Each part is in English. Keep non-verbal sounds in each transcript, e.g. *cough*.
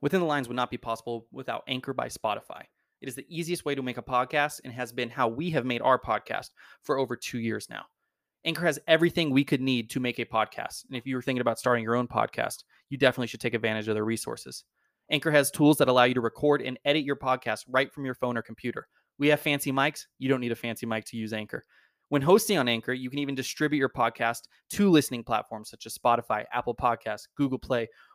Within the Lines would not be possible without Anchor by Spotify. It is the easiest way to make a podcast and has been how we have made our podcast for over two years now. Anchor has everything we could need to make a podcast. And if you were thinking about starting your own podcast, you definitely should take advantage of their resources. Anchor has tools that allow you to record and edit your podcast right from your phone or computer. We have fancy mics. You don't need a fancy mic to use Anchor. When hosting on Anchor, you can even distribute your podcast to listening platforms such as Spotify, Apple Podcasts, Google Play,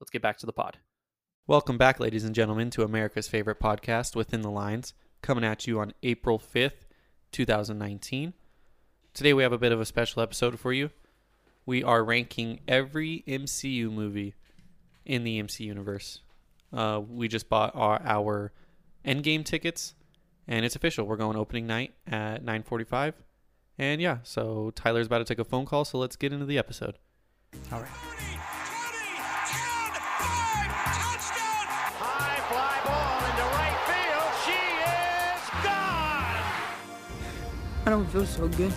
Let's get back to the pod. Welcome back, ladies and gentlemen, to America's favorite podcast, Within the Lines, coming at you on April 5th, 2019. Today we have a bit of a special episode for you. We are ranking every MCU movie in the MC universe. Uh, we just bought our, our Endgame tickets, and it's official. We're going opening night at 9:45, and yeah. So Tyler's about to take a phone call, so let's get into the episode. All right. High fly ball into right field. She is gone. I don't feel so good.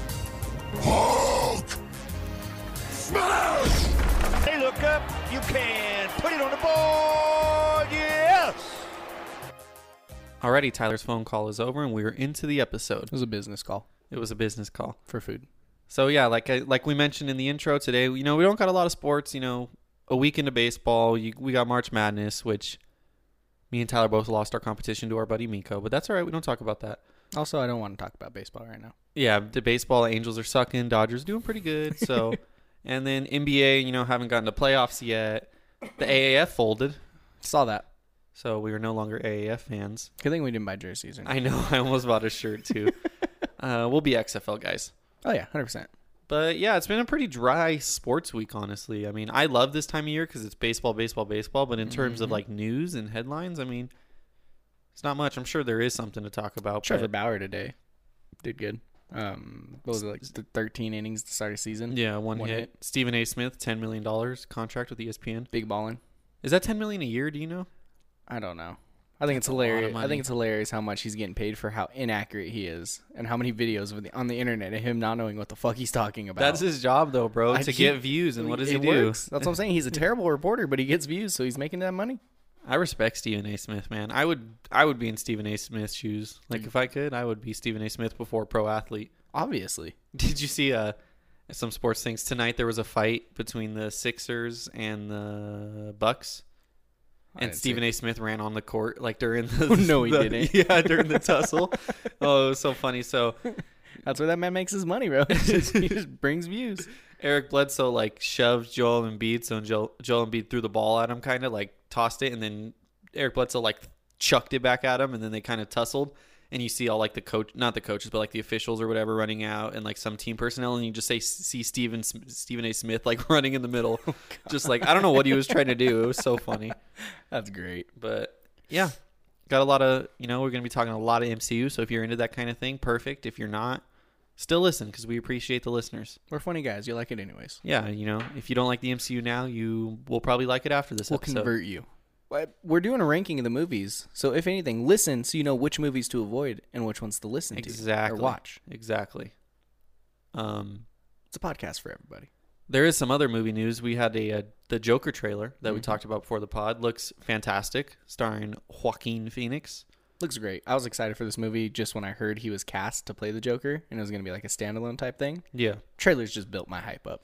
They look up. You can put it on the board. Yes. Alrighty, Tyler's phone call is over, and we are into the episode. It was a business call It was a business call. for food. So yeah, like I, like we mentioned in the intro today, you know, we don't got a lot of sports. You know, a week into baseball, you, we got March Madness, which me and Tyler both lost our competition to our buddy Miko, but that's all right. We don't talk about that. Also, I don't want to talk about baseball right now. Yeah, the baseball Angels are sucking. Dodgers doing pretty good. *laughs* So, and then NBA, you know, haven't gotten to playoffs yet. The AAF folded, Saw that. so we are no longer AAF fans. Good thing we didn't buy jerseys. Or I know. I almost bought a shirt *laughs* too. uh, we'll be XFL guys. oh yeah, hundred percent. But yeah, it's been a pretty dry sports week, honestly. I mean, I love this time of year because it's baseball, baseball, baseball. But in terms Mm-hmm. of like news and headlines, I mean, it's not much. I'm sure there is something to talk about. Trevor but- Bauer today did good. Um, what was it like the thirteen innings to start a season? yeah, one, hit. Stephen A. Smith, ten million dollars contract with E ESPN. Big balling. Is that ten million a year? Do you know? I don't know. I think it's lot of hilarious. I money. think it's hilarious how much he's getting paid for how inaccurate he is, and how many videos with on the internet of him not knowing what the fuck he's talking about. That's his job, though, bro, I to keep- get views. And what does he it do? *laughs* works. That's what I'm saying. He's a terrible reporter, but he gets views, so he's making that money. I respect Stephen A. Smith, man. I would I would be in Stephen A. Smith's shoes. Like Mm. if I could, I would be Stephen A. Smith before pro athlete. *laughs* Obviously. Did you see uh some sports things tonight? There was a fight between the Sixers and the Bucks. I And didn't see Stephen it. A. Smith ran on the court like *laughs* during the No, he the- *laughs* didn't. Yeah, during the *laughs* tussle. oh, it was so funny. So That's where that man makes his money, bro. *laughs* He just, he just brings views. Eric Bledsoe like shoved Joel Embiid, so Joel, Joel Embiid threw the ball at him, kind of like tossed it, and then Eric Bledsoe like chucked it back at him, and then they kind of tussled. And you see all like the coach, not the coaches, but like the officials or whatever running out, and like some team personnel, and you just say see Stephen Sm- Stephen A. Smith like *laughs* running in the middle, just like I don't know what he was trying to do. It was so funny, That's great. but yeah, got a lot of you know we're gonna be talking a lot of MCU. So if you're into that kind of thing, perfect. If you're not, still listen because we appreciate the listeners. We're funny guys. You like it anyways. Yeah, you know, if you don't like the MCU now, you will probably like it after this We'll episode. convert you. But We're doing a ranking of the movies, so if anything, listen so you know which movies to avoid and which ones to listen exactly. to or watch. Exactly. Um, It's a podcast for everybody. there is some other movie news. We had a, uh the Joker trailer that we Mm-hmm. talked about before the pod. Looks fantastic, starring Joaquin Phoenix. Looks great. I was excited for this movie just when I heard he was cast to play the Joker and it was going to be like a standalone type thing. Yeah, Trailers just built my hype up.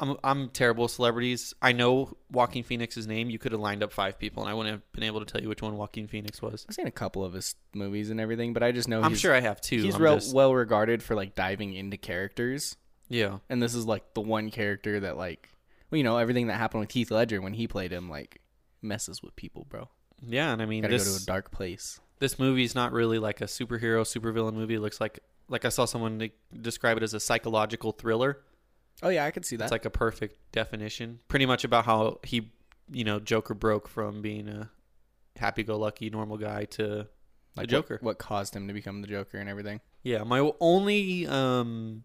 I'm I'm terrible with celebrities. I know Joaquin Phoenix's name. You could have lined up five people, and I wouldn't have been able to tell you which one Joaquin Phoenix was. I've seen a couple of his movies and everything, but I just know I'm he's- sure I have too. He's I'm real just- well regarded for like diving into characters, Yeah, and this is like the one character that like well, you know everything that happened with Heath Ledger when he played him like messes with people, bro. yeah, and I mean Gotta this go to a dark place. this movie's not really like a superhero supervillain movie. It looks like like I saw someone de- describe it as a psychological thriller. Oh yeah, I could see that. It's like a perfect definition. Pretty much about how he, you know, Joker broke from being a happy-go-lucky normal guy to the Like, Joker. What, what caused him to become the Joker and everything? Yeah, my only um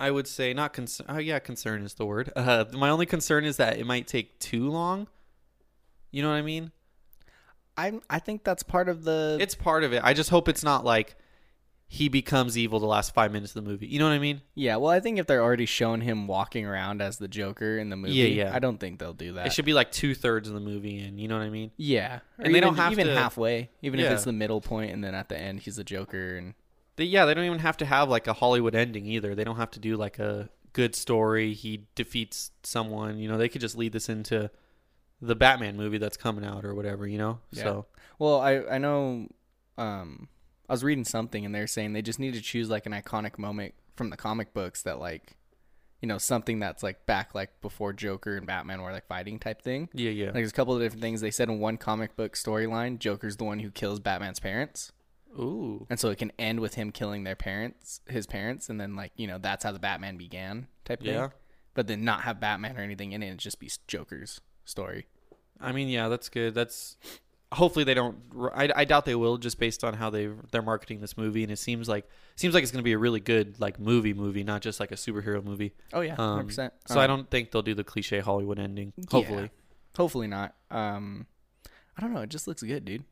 I would say not concern oh yeah, concern is the word. *laughs* Uh my only concern is that it might take too long. You know what I mean? I I think that's part of the. It's part of it. I just hope it's not like he becomes evil the last 5 minutes of the movie. You know what I mean? yeah. Well, I think if they're already showing him walking around as the Joker in the movie, Yeah, yeah. I don't think they'll do that. It should be like two thirds of the movie, and you know what I mean. Yeah, And they even, don't have even to- halfway. Even if Yeah. it's the middle point, and then at the end he's the Joker, and They, yeah, they don't even have to have like a Hollywood ending either. They don't have to do like a good story. He defeats someone. You know, they could just lead this into the Batman movie that's coming out or whatever. You know, Yeah. so Well, I I know um I was reading something and they're saying they just need to choose like an iconic moment from the comic books that like you know something that's like back like before Joker and Batman were like fighting type thing. yeah, yeah, Like there's a couple of different things they said in one comic book storyline, Joker's the one who kills Batman's parents. ooh, And so it can end with him killing their parents, his parents, and then like, you know, that's how the Batman began type thing. Yeah. But then not have Batman or anything in it, it'd just be Joker's story. I mean, yeah, that's good. That's hopefully they don't. I, I doubt they will, just based on how they they're marketing this movie, and it seems like seems like it's going to be a really good like movie movie, not just like a superhero movie. Oh yeah, Um, 100%. So I Um, don't think they'll do the cliche Hollywood ending. Hopefully, Yeah. Hopefully not. Um, I don't know. It just looks good, dude.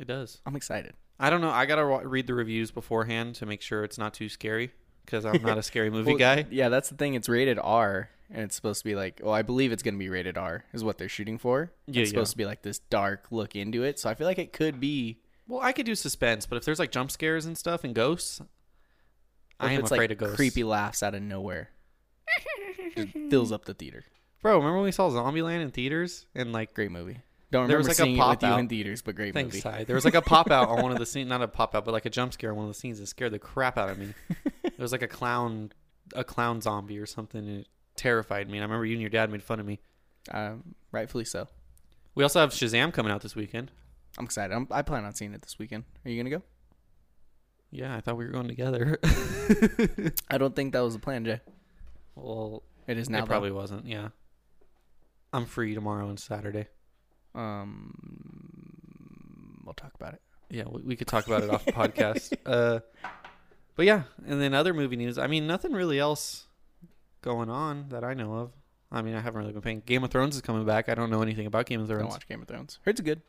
it does. I'm excited. I don't know. I gotta wa- read the reviews beforehand to make sure it's not too scary because I'm *laughs* not a scary movie Well, guy. Yeah, that's the thing. It's rated R, and it's supposed to be like, well, I believe it's going to be rated R, is what they're shooting for. Yeah, it's supposed yeah. to be like this dark look into it. So I feel like it could be. Well, I could do suspense, but if there's like jump scares and stuff and ghosts, or I if am it's afraid like of ghosts. creepy laughs out of nowhere. just fills up the theater. bro. Remember when we saw Zombieland in theaters and like Great movie. Don't There remember was, like, a seeing it with you pop-out. in theaters, but great thanks, movie. Ty. There was like a pop *laughs* out on one of the scenes, not a pop out, but like a jump scare on one of the scenes that scared the crap out of me. it was like a clown, a clown zombie or something, and it terrified me. And I remember you and your dad made fun of me. Um, rightfully so. We also have Shazam coming out this weekend. I'm excited. I'm, I plan on seeing it this weekend. Are you gonna go? Yeah, I thought we were going together. *laughs* I don't think that was the plan, Jay. well, It is now. it though. probably wasn't. Yeah, I'm free tomorrow and Saturday. Um, we'll talk about it. Yeah, we, we could talk about it *laughs* off the podcast. Uh, but yeah, and then other movie news. I mean, nothing really else going on that I know of. I mean, I haven't really been paying. Game of Thrones is coming back. I don't know anything about Game of Don't Thrones. watch Game of Thrones. Heard it's good.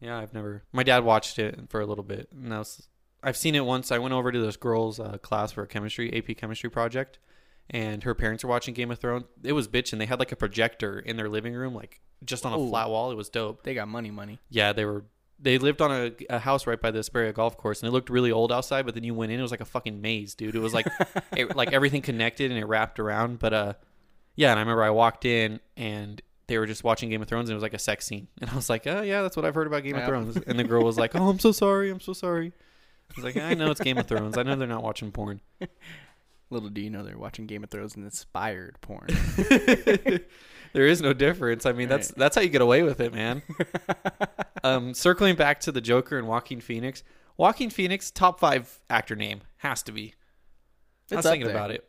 Yeah, I've never. My dad watched it for a little bit, and that was. I've seen it once. I went over to this girl's uh, class for a chemistry AP chemistry project, and her parents were watching Game of Thrones. It was bitch, and they had like a projector in their living room, like just on a Ooh. flat wall. It was dope. They got money, money. Yeah, they were. They lived on a, a house right by the Asperia golf course, and it looked really old outside. But then you went in, it was like a fucking maze, dude. It was like, it, like everything connected and it wrapped around. But uh, yeah, and I remember I walked in and they were just watching Game of Thrones, and it was like a sex scene, and I was like, oh yeah, that's what I've heard about Game Yeah. of Thrones. And the girl was like, oh, I'm so sorry, I'm so sorry. I was like, I know it's Game of Thrones. I know they're not watching porn. Little do you know they're watching Game of Thrones and inspired *laughs* porn. There is no difference. I mean, that's that's how you get away with it, *laughs* man. um, circling back to the Joker and Joaquin Phoenix. Joaquin Phoenix, top five actor name has to be. I was It's up thinking there. about it.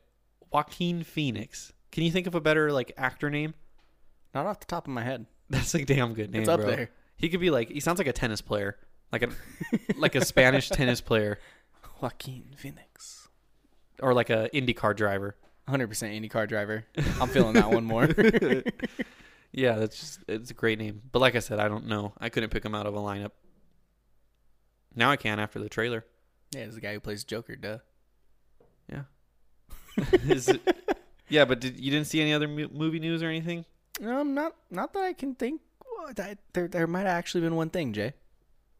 Joaquin Phoenix. Can you think of a better like actor name? *laughs* Not off the top of my head. That's a damn good name. It's up bro. there. He could be like he sounds like a tennis player, like a *laughs* *laughs* like a Spanish tennis player, Joaquin Phoenix. or like a IndyCar driver. 100% IndyCar driver. I'm feeling that *laughs* one more. *laughs* Yeah, that's just, it's a great name. But like I said, I don't know. I couldn't pick him out of a lineup. Now I can after the trailer. Yeah, it's the guy who plays Joker, duh. Yeah. *laughs* Is it- yeah, but did, you didn't see any other mu- movie news or anything? *laughs* Um, not not that I can think. well, that- There, there might have actually been one thing, Jay.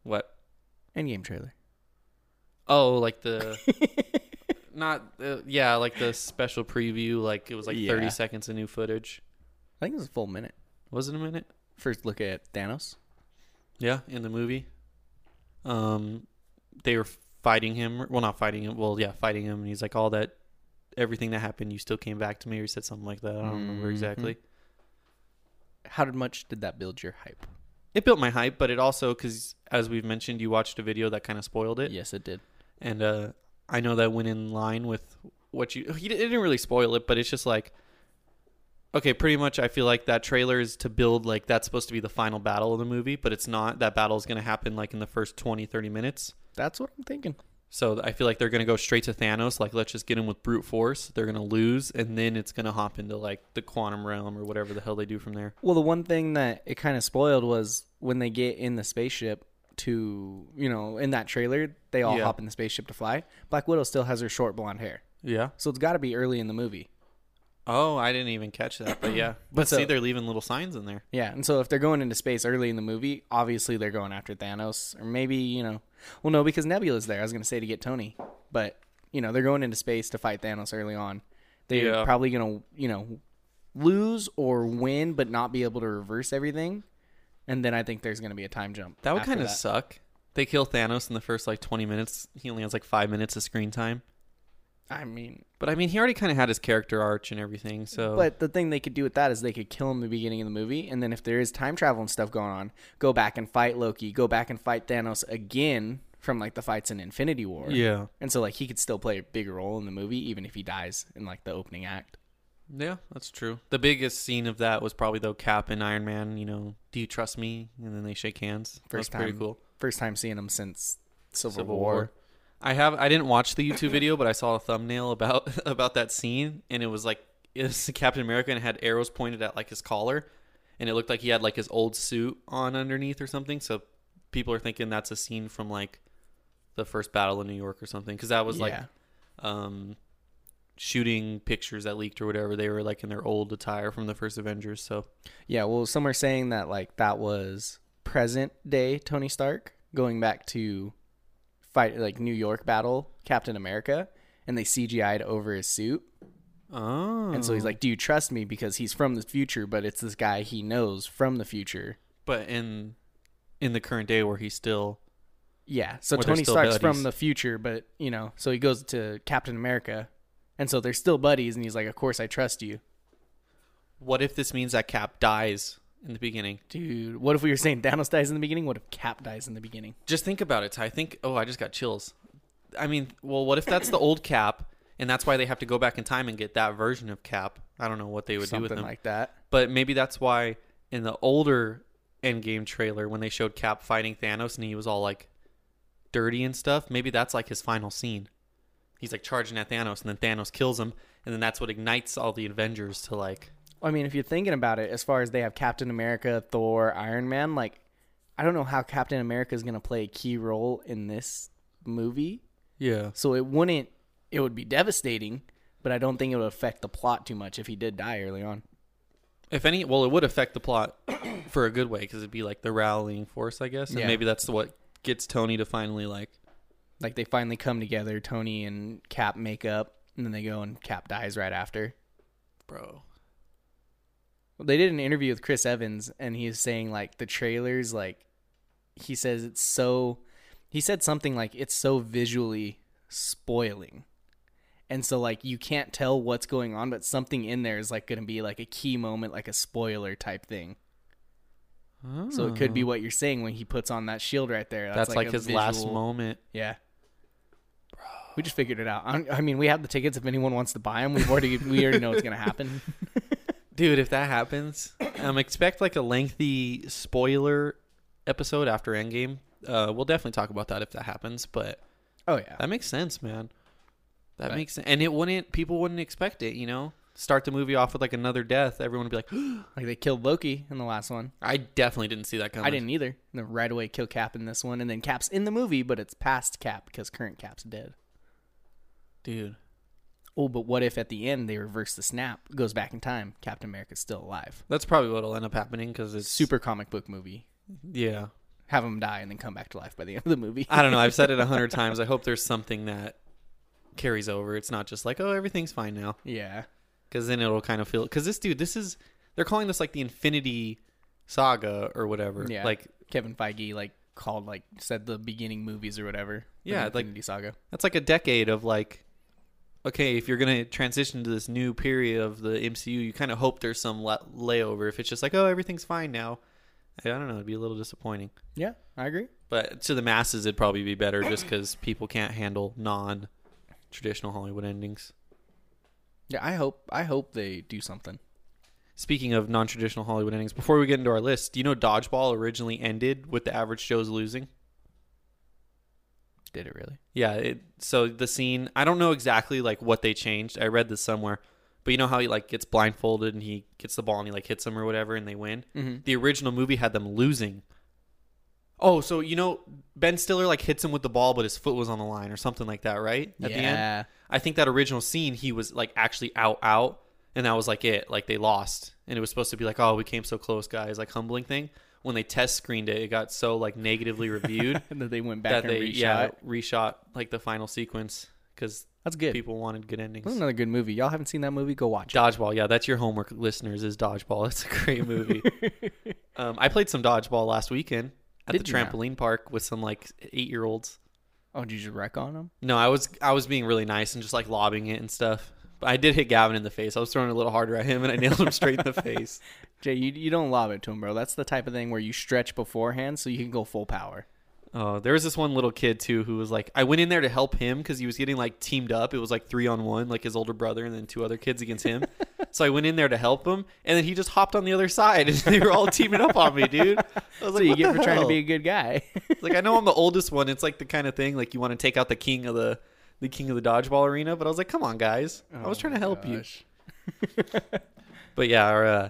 What? Endgame trailer. Oh, like the not uh, yeah, like the special preview. Like it was like Yeah. thirty seconds of new footage. I think it was a full minute. Was it a minute? First look at Thanos. Yeah, in the movie, um, they were fighting him. Well, not fighting him. Well, yeah, fighting him, and he's like, "All that, everything that happened, you still came back to me," or he said something like that. I don't remember Mhm. exactly. How did- much did that build your hype? It built my hype, but it also because as we've mentioned, you watched a video that kind of spoiled it. Yes, it did. and uh, I know that went in line with what you. He di- didn't really spoil it, but it's just like, okay, pretty much. I feel like that trailer is to build like that's supposed to be the final battle of the movie, but it's not. That battle is going to happen like in the first 20, 30 minutes. That's what I'm thinking. So I feel like they're going to go straight to Thanos. Like, let's just get him with brute force. They're going to lose, and then it's going to hop into like the quantum realm or whatever the hell they do from there. Well, the one thing that it kind of spoiled was when they get in the spaceship to, you know, in that trailer, they all Yeah. hop in the spaceship to fly. Black Widow still has her short blonde hair. Yeah. So it's got to be early in the movie. Oh, I didn't even catch that, but *clears throat* yeah. But So- see, they're leaving little signs in there. Yeah, and so if they're going into space early in the movie, obviously they're going after Thanos, or maybe you know, well no, because Nebula's there. I was gonna say to get Tony, but you know they're going into space to fight Thanos early on. They're Yeah. probably gonna you know lose or win, but not be able to reverse everything. And then I think there's gonna be a time jump. That would after kind of that. suck. They kill Thanos in the first like 20 minutes. He only has like five minutes of screen time. I mean, But I mean, he already kind of had his character arch and everything. So, but the thing they could do with that is they could kill him in the beginning of the movie, and then if there is time travel and stuff going on, go back and fight Loki, go back and fight Thanos again from like the fights in Infinity War. yeah, And so like he could still play a big role in the movie even if he dies in like the opening act. yeah, that's true. The biggest scene of that was probably though Cap and Iron Man. You know, do you trust me? And then they shake hands. First that's pretty time. cool. First time seeing him since Civil, Civil War. War. I have. I didn't watch the YouTube video, but I saw a thumbnail about *laughs* about that scene, and it was like it was *laughs* Captain America and it had arrows pointed at like his collar, and it looked like he had like his old suit on underneath or something. So people are thinking that's a scene from like the first battle in New York or something, because that was like Yeah. um shooting pictures that leaked or whatever. They were like in their old attire from the first Avengers. So Yeah, well some are saying that like that was present day Tony Stark going back to fight like New York battle Captain America and they CGI'd over his suit. oh, And so he's like, "Do you trust me?" because he's from the future, but it's this guy he knows from the future. but in in the current day where he's still Yeah. So Well, they're Tony still Stark's buddies. from the future, but you know, so he goes to Captain America, and so they're still buddies, and he's like, "Of course, I trust you, what if this means that Cap dies in the beginning? dude." What if we were saying *laughs* Thanos dies in the beginning? What if Cap dies in the beginning? Just think about it, Ty. Think, oh, I just got chills. I mean, well, what if that's the old Cap, and that's why they have to go back in time and get that version of Cap? I don't know what they would do with Something him. like that. but maybe that's why in the older Endgame trailer, when they showed Cap fighting Thanos and he was all like dirty and stuff, maybe that's like his final scene. He's like charging at Thanos, and then Thanos kills him, and then that's what ignites all the Avengers to like. I mean, if you're thinking about it, as far as they have Captain America, Thor, Iron Man, like, I don't know how Captain America is gonna play a key role in this movie. Yeah. So it wouldn't. It would be devastating, but I don't think it would affect the plot too much if he did die early on. If any, well, it would affect the plot *coughs* for a good way because it'd be like the rallying force, I guess, and Yeah. maybe that's what gets Tony to finally like. Like they finally come together, Tony and Cap make up, and then they go and Cap dies right after. Bro. Well, they did an interview with Chris Evans, and he was saying like the trailers, like he says it's so. He said something like it's so visually spoiling, and so like you can't tell what's going on, but something in there is like going to be like a key moment, like a spoiler type thing. So it could be Oh. what you're saying when he puts on that shield right there. That's like a his last visual- moment. Yeah. We just figured it out. I I mean, we have the tickets. If anyone wants to buy them, we've already we already know it's gonna happen. Dude, if that *coughs* happens, um, expect like a lengthy spoiler episode after Endgame. Uh, we'll definitely talk about that if that happens. But *laughs* oh yeah, that makes sense, man. That Right. makes sense, and it wouldn't. People wouldn't expect it, you know. Start the movie off with like another death. Everyone would be like, *gasps* Like they killed Loki in the last one. "I definitely didn't see that coming." I didn't either. And then right away kill Cap in this one, and then Cap's in the movie, but it's past Cap because current Cap's dead. dude. Oh, but what if at the end they reverse the snap, goes back in time, Captain America's still alive? That's probably what'll end up happening because it's Super comic book movie. Yeah, Have him die and then come back to life by the end of the movie. I don't know. I've said it a *laughs* hundred times. I hope there's something that carries over. It's not just like, "Oh, everything's fine now." yeah. because then it'll kind of feel because this dude this is they're calling this like the infinity saga or whatever Yeah. like Kevin Feige like called like said the beginning movies or whatever. the Yeah, like- Infinity Saga. that's like a decade of like okay if you're gonna transition to this new period of the mcu you kind of hope there's some la- layover if it's just like oh everything's fine now i don't know it'd be a little disappointing Yeah, I agree. but to the masses it'd probably be better just because people can't handle non traditional hollywood endings Yeah, I hope I hope they do something. Speaking of non traditional Hollywood endings, before we get into our list, do you know Dodgeball originally ended with the average Joe's losing? Did it really? Yeah, it, so the scene, I don't know exactly like what they changed. I read this somewhere. But you know how he like gets blindfolded and he gets the ball and he like hits him or whatever and they win? Mhm. The original movie had them losing. Oh, so you know Ben Stiller like hits him with the ball but his foot was on the line or something like that, right? At the Yeah. end. I think that original scene he was like actually out out and that was like it. Like they lost. And it was supposed to be like, "Oh, we came so close, guys." Like humbling thing. When they test screened it, it got so like negatively *laughs* reviewed And then they went back and reshot. yeah it. reshot like the final sequence because That's good. people wanted good endings. That's another good movie. Y'all haven't seen that movie? Go watch it. Dodgeball, yeah, that's your homework, listeners. Is Dodgeball? *laughs* It's a great *laughs* movie. um, I played some dodgeball last weekend at Did the you now? trampoline park with some like eight year olds. Oh, did you just wreck on him? No, I was I was being really nice and just like lobbing it and stuff. But I did hit Gavin in the face. I was throwing a little harder at him and I nailed him straight in the *laughs* face. Jay, you, you don't lob it to him, bro. That's the type of thing where you stretch beforehand so you can go full power. Oh, there was this one little kid too who was like, I went in there to help him because he was getting like teamed up. It was like three on one, like his older brother and then two other kids against *laughs* him. so I went in there to help him, and then he just hopped on the other side, and they were all teaming up on me, dude. I *laughs* was So like, *laughs* you "What get the for trying to hell?" be a good guy. *laughs* It's like I know I'm the oldest one. It's like the kind of thing like you want to take out the king of the the king of the dodgeball arena, but I was like, come on, guys, I Oh was trying to help you. But yeah, our uh,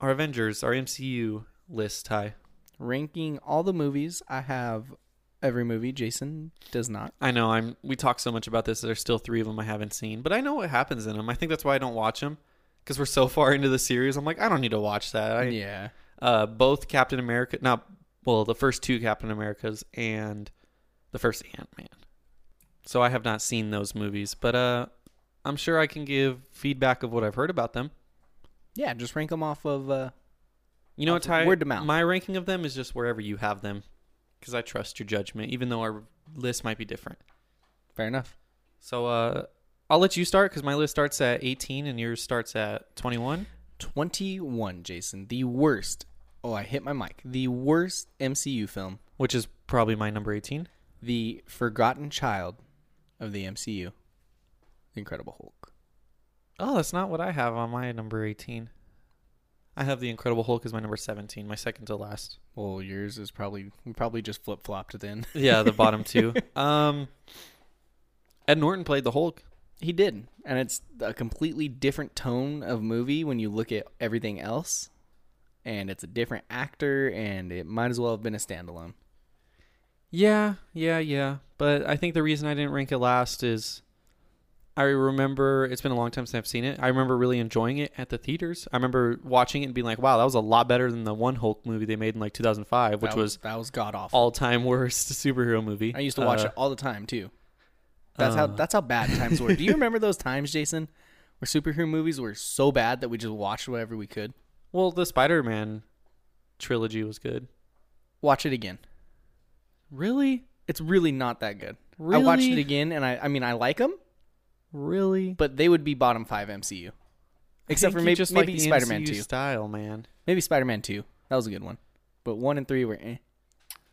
our Avengers, our MCU list, Ty. Ranking all the movies, I have every movie. Jason does not. I know I'm. We talk so much about this. There's still three of them I haven't seen, but I know what happens in them. I think that's why I don't watch them because we're so *laughs* far into the series. I'm like, I don't need to watch that. I, yeah. Uh, both Captain America, not well, the first two Captain Americas and the first Ant Man. So I have not seen those movies, but uh, I'm sure I can give feedback of what I've heard about them. Yeah, just rank them off of. Uh, You know what, Off of Ty? word to mouth. My ranking of them is just wherever you have them, because I trust your judgment, even though our list might be different. fair enough. So uh, I'll let you start because my list starts at 18 and yours starts at 21. 21, Jason. The worst. Oh, I hit my mic. The worst MCU film. Which is probably my number 18. The forgotten child of the MCU. The Incredible Hulk. Oh, that's not what I have on my number 18. I have The Incredible Hulk as my number 17, my second to last. Well, yours is probably we probably just flip flopped then. Yeah, the *laughs* bottom two. *laughs* Um, Ed Norton played the Hulk. He did, and it's a completely different tone of movie when you look at everything else, and it's a different actor, and it might as well have been a standalone. Yeah, yeah, yeah. But I think the reason I didn't rank it last is I remember it's been a long time since I've seen it. I remember really enjoying it at the theaters. I remember watching it and being like, "Wow, that was a lot better than the one Hulk movie they made in like 2005, which was, That was- that was god-awful. all time *laughs* worst superhero movie." I used to watch Uh, it all the time too. That's how uh. that's how bad times were. *laughs* Do you remember those times, Jason, where superhero movies were so bad that we just watched whatever we could? Well, the Spider-Man trilogy was good. Watch it again. Really? It's really not that good. I watched it Really? again, and I I mean I like them, Really? but they would be bottom five MCU, except for maybe just maybe Spider Man two, style, man. maybe Spider Man two. That was a good one, but one and three were eh.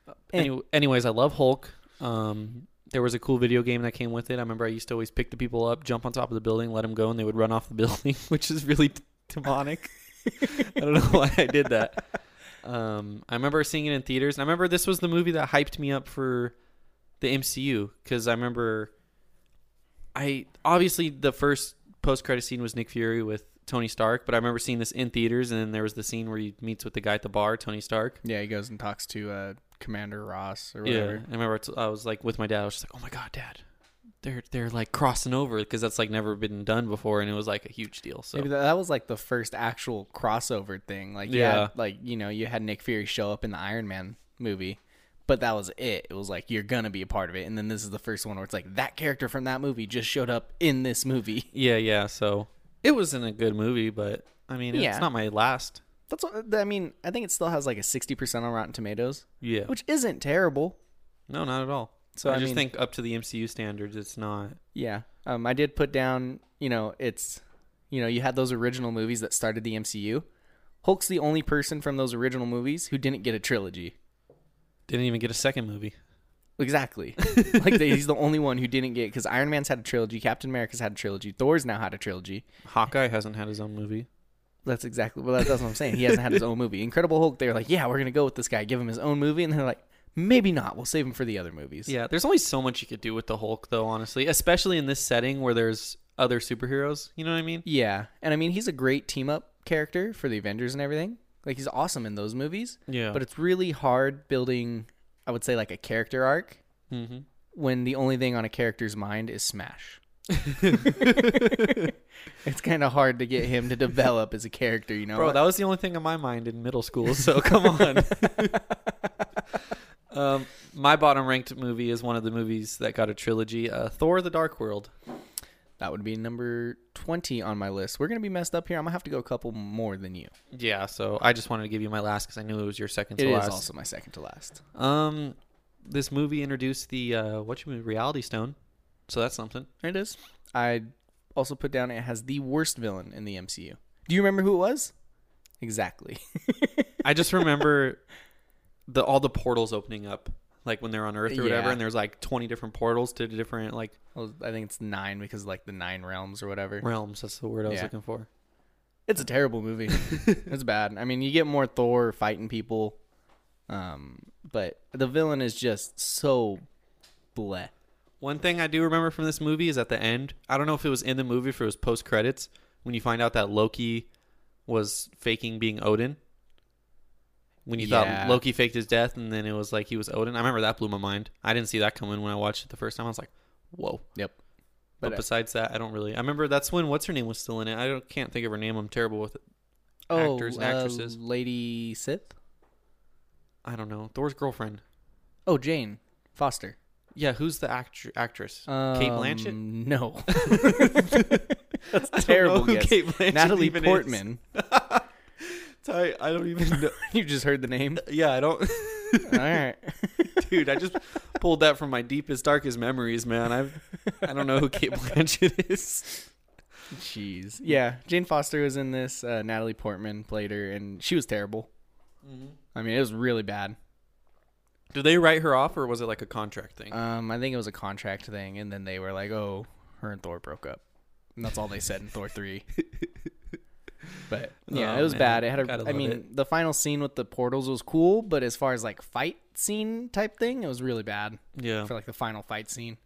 Eh. Any- anyways, I love Hulk. Um, there was a cool video game that came with it. I remember I used to always pick the people up, jump on top of the building, let them go, and they would run off the building, *laughs* which is really d- demonic. I don't know *laughs* why I did that. Um, I remember seeing it in theaters, and I remember this was the movie that hyped me up for the MCU because I remember I obviously the first post credit scene was Nick Fury with Tony Stark, but I remember seeing this in theaters, and then there was the scene where he meets with the guy at the bar, Tony Stark. Yeah, he goes and talks to uh, Commander Ross or Yeah, whatever. I remember I t- I was like with my dad. I was just like, "Oh my god, dad, they're they're like crossing over because that's like never been done before, and it was like a huge deal." So Maybe that, that was like the first actual crossover thing. Like you Yeah. had, like you know, you had Nick Fury show up in the Iron Man movie, but that was it. It was like you're gonna be a part of it, and then this is the first one where it's like that character from that movie just showed up in this movie. *laughs* yeah, yeah. So it wasn't a good movie, but I mean, Yeah. it's not my last. That's what I mean. I think it still has like a sixty percent on Rotten Tomatoes, Yeah, which isn't terrible. no, not at all. So So, I I, just mean- think up to the MCU standards, it's not. Yeah. Um, I did put down, you know, it's, you know, you had those original movies that started the MCU. Hulk's the only person from those original movies who didn't get a trilogy. Didn't even get a second movie. Exactly. like they, he's the only one who didn't get because Iron Man's had a trilogy, Captain America's had a trilogy, Thor's now had a trilogy. Hawkeye hasn't had his own movie. That's exactly well. That, that's what I'm saying. He hasn't had his own movie. Incredible Hulk. They're like, yeah, we're gonna go with this guy, give him his own movie, and they're like, maybe not. We'll save him for the other movies. Yeah, there's only so much you could do with the Hulk, though. Honestly, especially in this setting where there's other superheroes. You know what I mean? Yeah, and I mean he's a great team up character for the Avengers and everything. Like he's awesome in those movies. Yeah. But it's really hard building, I would say, like a character arc Mm-hmm. when the only thing on a character's mind is *laughs* Smash. *laughs* it's kind of hard to get him to develop as a character, you know. Bro, that was the only thing in my mind in middle school, so *laughs* come on. um, my bottom ranked movie is one of the movies that got a trilogy uh, Thor the Dark World. That would be number twenty on my list. We're gonna be messed up here. I'm gonna have to go a couple more than you. Yeah, so I just wanted to give you my last because I knew it was your second It to is last. also my second to last. Um, this movie introduced the uh, what you mean, Reality Stone, so that's something. It is. I also put down it has the worst villain in the MCU. Do you remember who it was? Exactly. *laughs* I just *laughs* remember the all the portals opening up, like when they're on Earth or whatever, Yeah. and there's like 20 different portals to different like well, I think it's nine because like the nine realms or whatever. realms. That's the word I was Yeah. looking for. It's a terrible *laughs* movie. it's bad. I mean, you get more Thor fighting people, um, but the villain is just so bleh. One thing I do remember from this movie is at the end. I don't know if it was in the movie, if it was post credits, when you find out that Loki was faking being Odin. When you Yeah. thought Loki faked his death, and then it was like he was Odin. I remember that blew my mind. I didn't see that coming when I watched it the first time. I was like, "Whoa!" Yep. But, But, uh, besides that, I don't really. I remember that's when what's her name was still in it. I don't, can't think of her name. I'm terrible with it. actors and uh, actresses. Lady Sith. I don't know. Thor's girlfriend. Oh, Jane Foster. Yeah, who's the act- actress? Um, Kate Blanchett. No. *laughs* *laughs* That's Terrible guess. Kate Blanchett Natalie even is. Portman. I, I don't even know. *laughs* *laughs* you just heard the name. Yeah, I don't. *laughs* All right. dude i just pulled that from my deepest darkest memories man i've i don't know who kate blanchett is Jeez. *laughs* Yeah, Jane Foster was in this. Uh, Natalie Portman played her, and she was terrible. Mm-hmm. I mean, it was really bad. did they write her off or was it like a contract thing Um, I think it was a contract thing, and then they were like, "Oh, her and Thor broke up," and that's all they said in *laughs* Thor three. But yeah, Oh, it was man. bad. It had Gotta a. I love mean, it. the final scene with the portals was cool, but as far as like fight scene type thing, it was really bad yeah for like the final fight scene.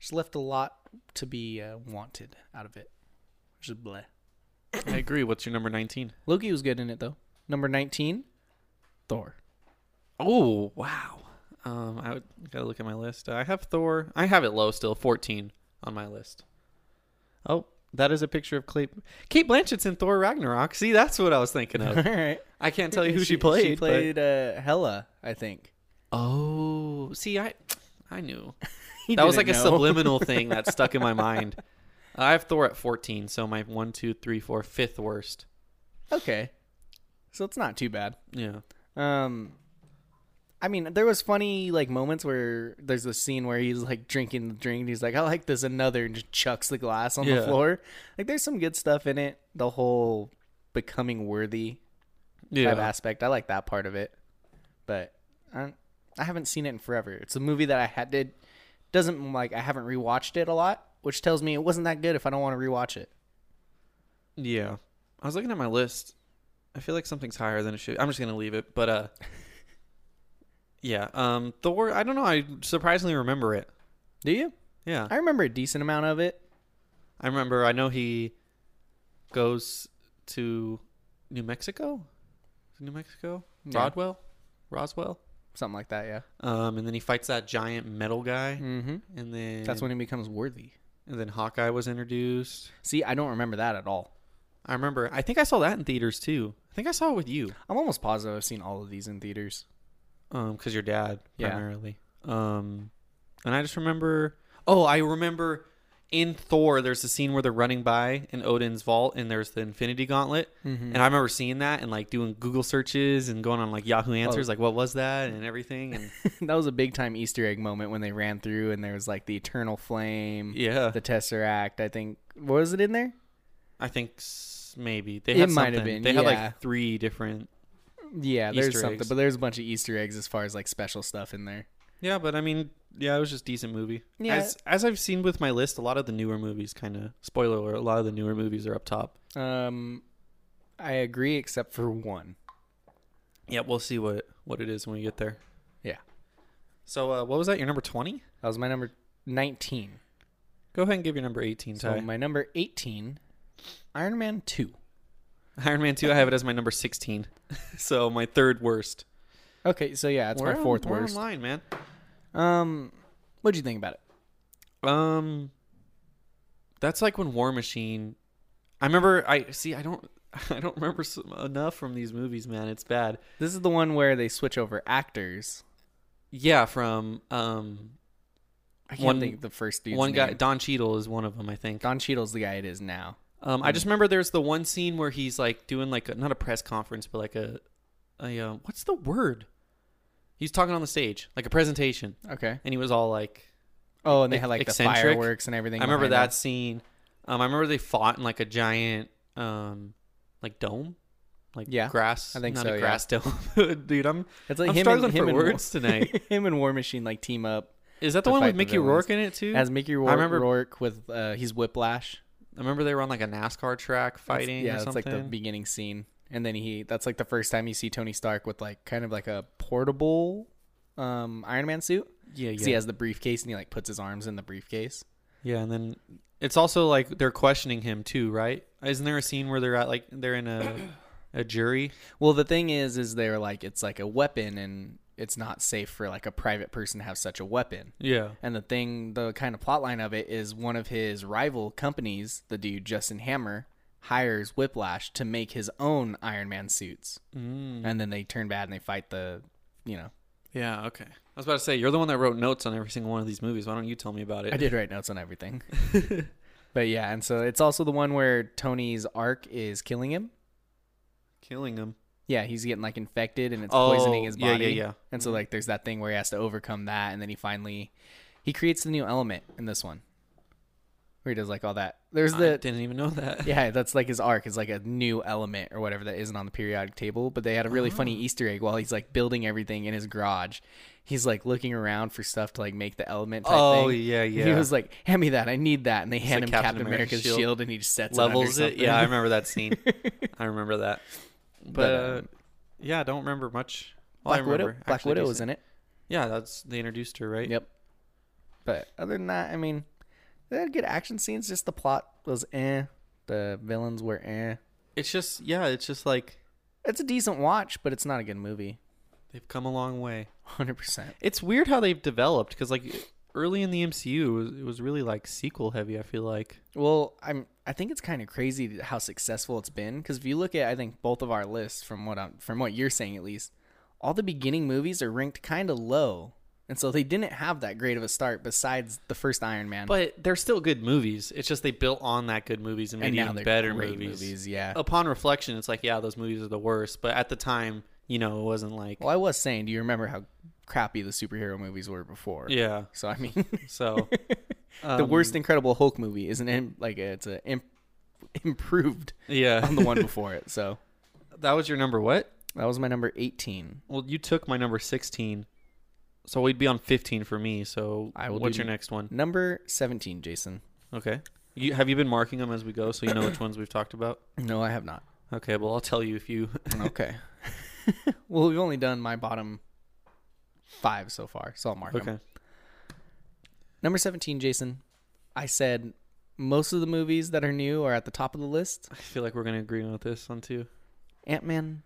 Just left a lot to be uh, wanted out of it. Just bleh. i agree what's your number 19 Loki was good in it though. Number nineteen, Thor. oh Uh, wow um i would, gotta look at my list i have thor i have it low still 14 on my list. Oh, that is a picture of Clay. Kate Blanchett's in Thor Ragnarok. See, that's what I was thinking of. *laughs* All *laughs* right. I can't tell you who she, played. She played uh, Hella, I *laughs* think. Oh, see, I, I knew. You that was like didn't a know. *laughs* subliminal thing that stuck in my mind. I have Thor at 14, so my one, two, three, four, fifth worst. Okay. So it's not too bad. Yeah. Um, I mean, there was funny like moments where there's this scene where he's like drinking the drink. And he's like, "I like this another," and just chucks the glass on the Yeah. floor. Like, there's some good stuff in it. The whole becoming worthy Yeah. type aspect, I like that part of it. But I, I haven't seen it in forever. It's a movie that I had did doesn't like I haven't rewatched it a lot, which tells me it wasn't that good if I don't want to rewatch it. Yeah. I was looking at my list. I feel like something's higher than it should. I'm just gonna leave it. But uh *laughs* Yeah. Um Thor, I don't know, I surprisingly remember it. Do you? Yeah. I remember a decent amount of it. I remember I know he goes to New Mexico? New Mexico? Yeah. Rodwell? Roswell? Something like that, yeah. Um, and then he fights that giant metal guy. Mhm. And then That's when he becomes worthy. and then Hawkeye was introduced. See, I don't remember that at all. I remember I think I saw that in theaters too. I think I saw it with you. I'm almost positive I've seen all of these in theaters. *laughs* um because your dad Yeah. primarily um and i just remember oh i remember in thor there's a scene where they're running by in odin's vault and there's the infinity gauntlet Mhm. and i remember seeing that and like doing google searches and going on like yahoo Oh. answers like what was that and everything *laughs* and that was a big time Easter egg moment when they ran through and there was like the eternal flame, Yeah. the tesseract. I think was it in there? i think s- maybe they It had might have something. been, they had yeah. like three different Yeah, there's Easter something, eggs. but there's a bunch of Easter eggs as far as like special stuff in there. yeah but i mean yeah it was just decent movie Yeah. as, as i've seen with my list a lot of the newer movies kind of spoiler alert a lot of the newer movies are up top Um, I agree, except for one. yeah we'll see what what it is when we get there Yeah, So uh, what was that? Your number twenty? that was my number nineteen. Go ahead and give your number eighteen. So Ty. my number eighteen, Iron Man two. *laughs* Iron Man two. I have it as my number sixteen. *laughs* so my third worst. Okay, so yeah, it's my We're on- fourth we're worst. Online, man. Um, what'd you think about it? Um, that's like when War Machine. I remember. I see. I don't. *laughs* I don't remember s enough from these movies, man. It's bad. This is the one where they switch over actors. Yeah, from um, I can't One- think the first dude's one guy. name. Don Cheadle is one of them, I think. Don Cheadle's the guy it is now. Um, I just remember there's the one scene where he's like doing like a, not a press conference, but like a, a uh, what's the word? He's talking on the stage, like a presentation, Okay. and he was all like, Oh, and they had like eccentric. the fireworks and everything. I remember behind that them. scene. Um, I remember they fought in like a giant, um, like dome, like Yeah, grass. I think not so, a yeah. grass dome, *laughs* dude. I'm It's like I'm him struggling and, him for and War- words *laughs* tonight. him and War Machine like team up. Is that the to one fight with Mickey villains. Rourke in it too? As Mickey Rourke, I remember. Rourke with uh, he's Whiplash I remember they were on like a NASCAR track That's- fighting. yeah, or that's like the something. beginning scene, and then he that's like the first time you see Tony Stark with like kind of like a portable um, Iron Man suit. yeah, 'Cause He has the briefcase and he like puts his arms in the briefcase. Yeah, and then it's also like they're questioning him too, right? Isn't there a scene where they're at like they're in a a jury? Well, the thing is, is they're like it's like a weapon, and it's not safe for like a private person to have such a weapon. Yeah. And the thing, the kind of plot line of it is one of his rival companies, the dude Justin Hammer, hires Whiplash to make his own Iron Man suits, mm. and then they turn bad and they fight the, you know, Yeah, okay. I was about to say you're the one that wrote notes on every single one of these movies. Why don't you tell me about it? I did write notes on *laughs* everything. but yeah, and so it's also the one where Tony's arc is killing him. Killing him. Yeah, he's getting like infected and it's Oh, poisoning his yeah, yeah, body. yeah. Mm-hmm. And so like there's that thing where he has to overcome that and then he finally he creates the new element in this one. Where he does like all that. There's I the didn't even know *laughs* that. Yeah, that's like his arc is like a new element or whatever that isn't on the periodic table. But they had a Oh. really funny Easter egg while he's like building everything in his garage. He's like looking around for stuff to like make the element. Type Oh, thing. yeah, He yeah. was like, "Hand me that, I need that," and they hand like him Captain Captain, America's America's shield. shield. and he just sets Levels it, under it. Yeah, I something. *laughs* uh, remember that scene. I remember that. But, uh, um, yeah, I don't remember much. All I Black Widow. remember Black actually Widow decent- was in it. Yeah, that's they introduced her, right? Yep. But other than that, I mean, they had good action scenes. Just the plot was eh. The villains were eh. It's just yeah, it's just like It's a decent watch, but it's not a good movie. they've come a long way. Hundred percent. It's weird how they've developed because like early in the MCU, it was, it was really like sequel heavy. I feel like. Well, I'm. I think it's kind of crazy how successful it's been because if you look at, I think both of our lists from what I'm from what you're saying at least, all the beginning movies are ranked kind of low, and so they didn't have that great of a start besides the first Iron Man. But they're still good movies. It's just they built on that good movies and made And now even they're better great movies. movies, yeah. Upon reflection, it's like yeah, those movies are the worst. But at the time, you know, it wasn't like well, I was saying, do you remember how crappy the superhero movies were before? yeah. So I mean, *laughs* So *laughs* the um, worst Incredible Hulk movie isn't like a, it's a imp, improved Yeah. on the *laughs* one before it. So That was your number what? that was my number eighteen. Well, you took my number sixteen, so we'd be on fifteen for me. So I will. what's do your next one? Number seventeen, Jason. Okay. You, have you been marking them as we go, so you know which ones we've talked about? No, I have not. Okay. Well, I'll tell you if *laughs* you. Okay. well, we've only done my bottom five so far, so I'll mark 'em. okay. Number seventeen, Jason. I said most of the movies that are new are at the top of the list: I feel like we're gonna agree on this one too. Ant Man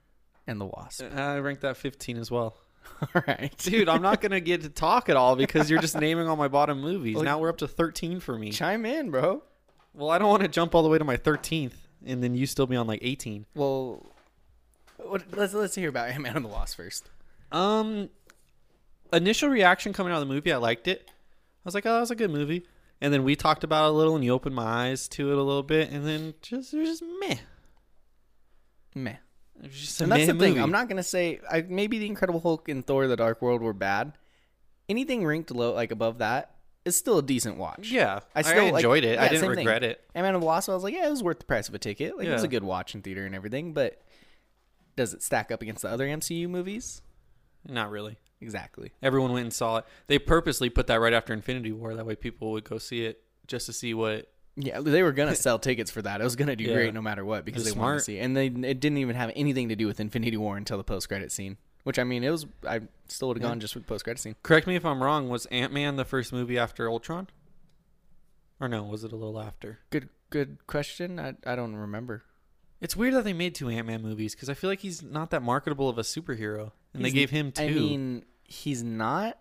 and the Wasp. I ranked that fifteen as well. *laughs* All right, *laughs* Dude, I'm not gonna get to talk at all because you're just naming all my bottom movies. Well, now we're up to 13 for me. chime in, bro. Well, I don't want to jump all the way to my 13th and then you still be on like 18. Well, what, let's let's hear about Ant Man and the Wasp first. Um, initial reaction coming out of the movie, I liked it. I was like, oh, that was a good movie. And then we talked about it a little, and you opened my eyes to it a little bit, and then just it was just meh. Meh. It was just a And that's meh the thing. movie. I'm not gonna say I, maybe the Incredible Hulk and Thor: The Dark World were bad. Anything ranked low, like above that, is still a decent watch. Yeah, I still like- enjoyed it. I yeah, didn't same thing. regret it. Ant Man and the Wasp, I was like, yeah, it was worth the price of a ticket. Like it was Yeah. a good watch in theater and everything, but does it stack up against the other MCU movies? Not really. Exactly. Everyone went and saw it. They purposely put that right after Infinity War. That way, people would go see it just to see what Yeah, they were *laughs* gonna sell tickets for that. It was gonna do Yeah. great no matter what because That's they wanted to smart. see, it. and they it didn't even have anything to do with Infinity War until the post credit scene. Which I mean, it was I still would have gone just with post credit scene. Correct me if I'm wrong. Was Ant Man the first movie after Ultron? Or no, was it a little after? Good, good question. I I don't remember. It's weird that they made two Ant Man movies because I feel like he's not that marketable of a superhero, and they He's- gave him two. I mean, he's not,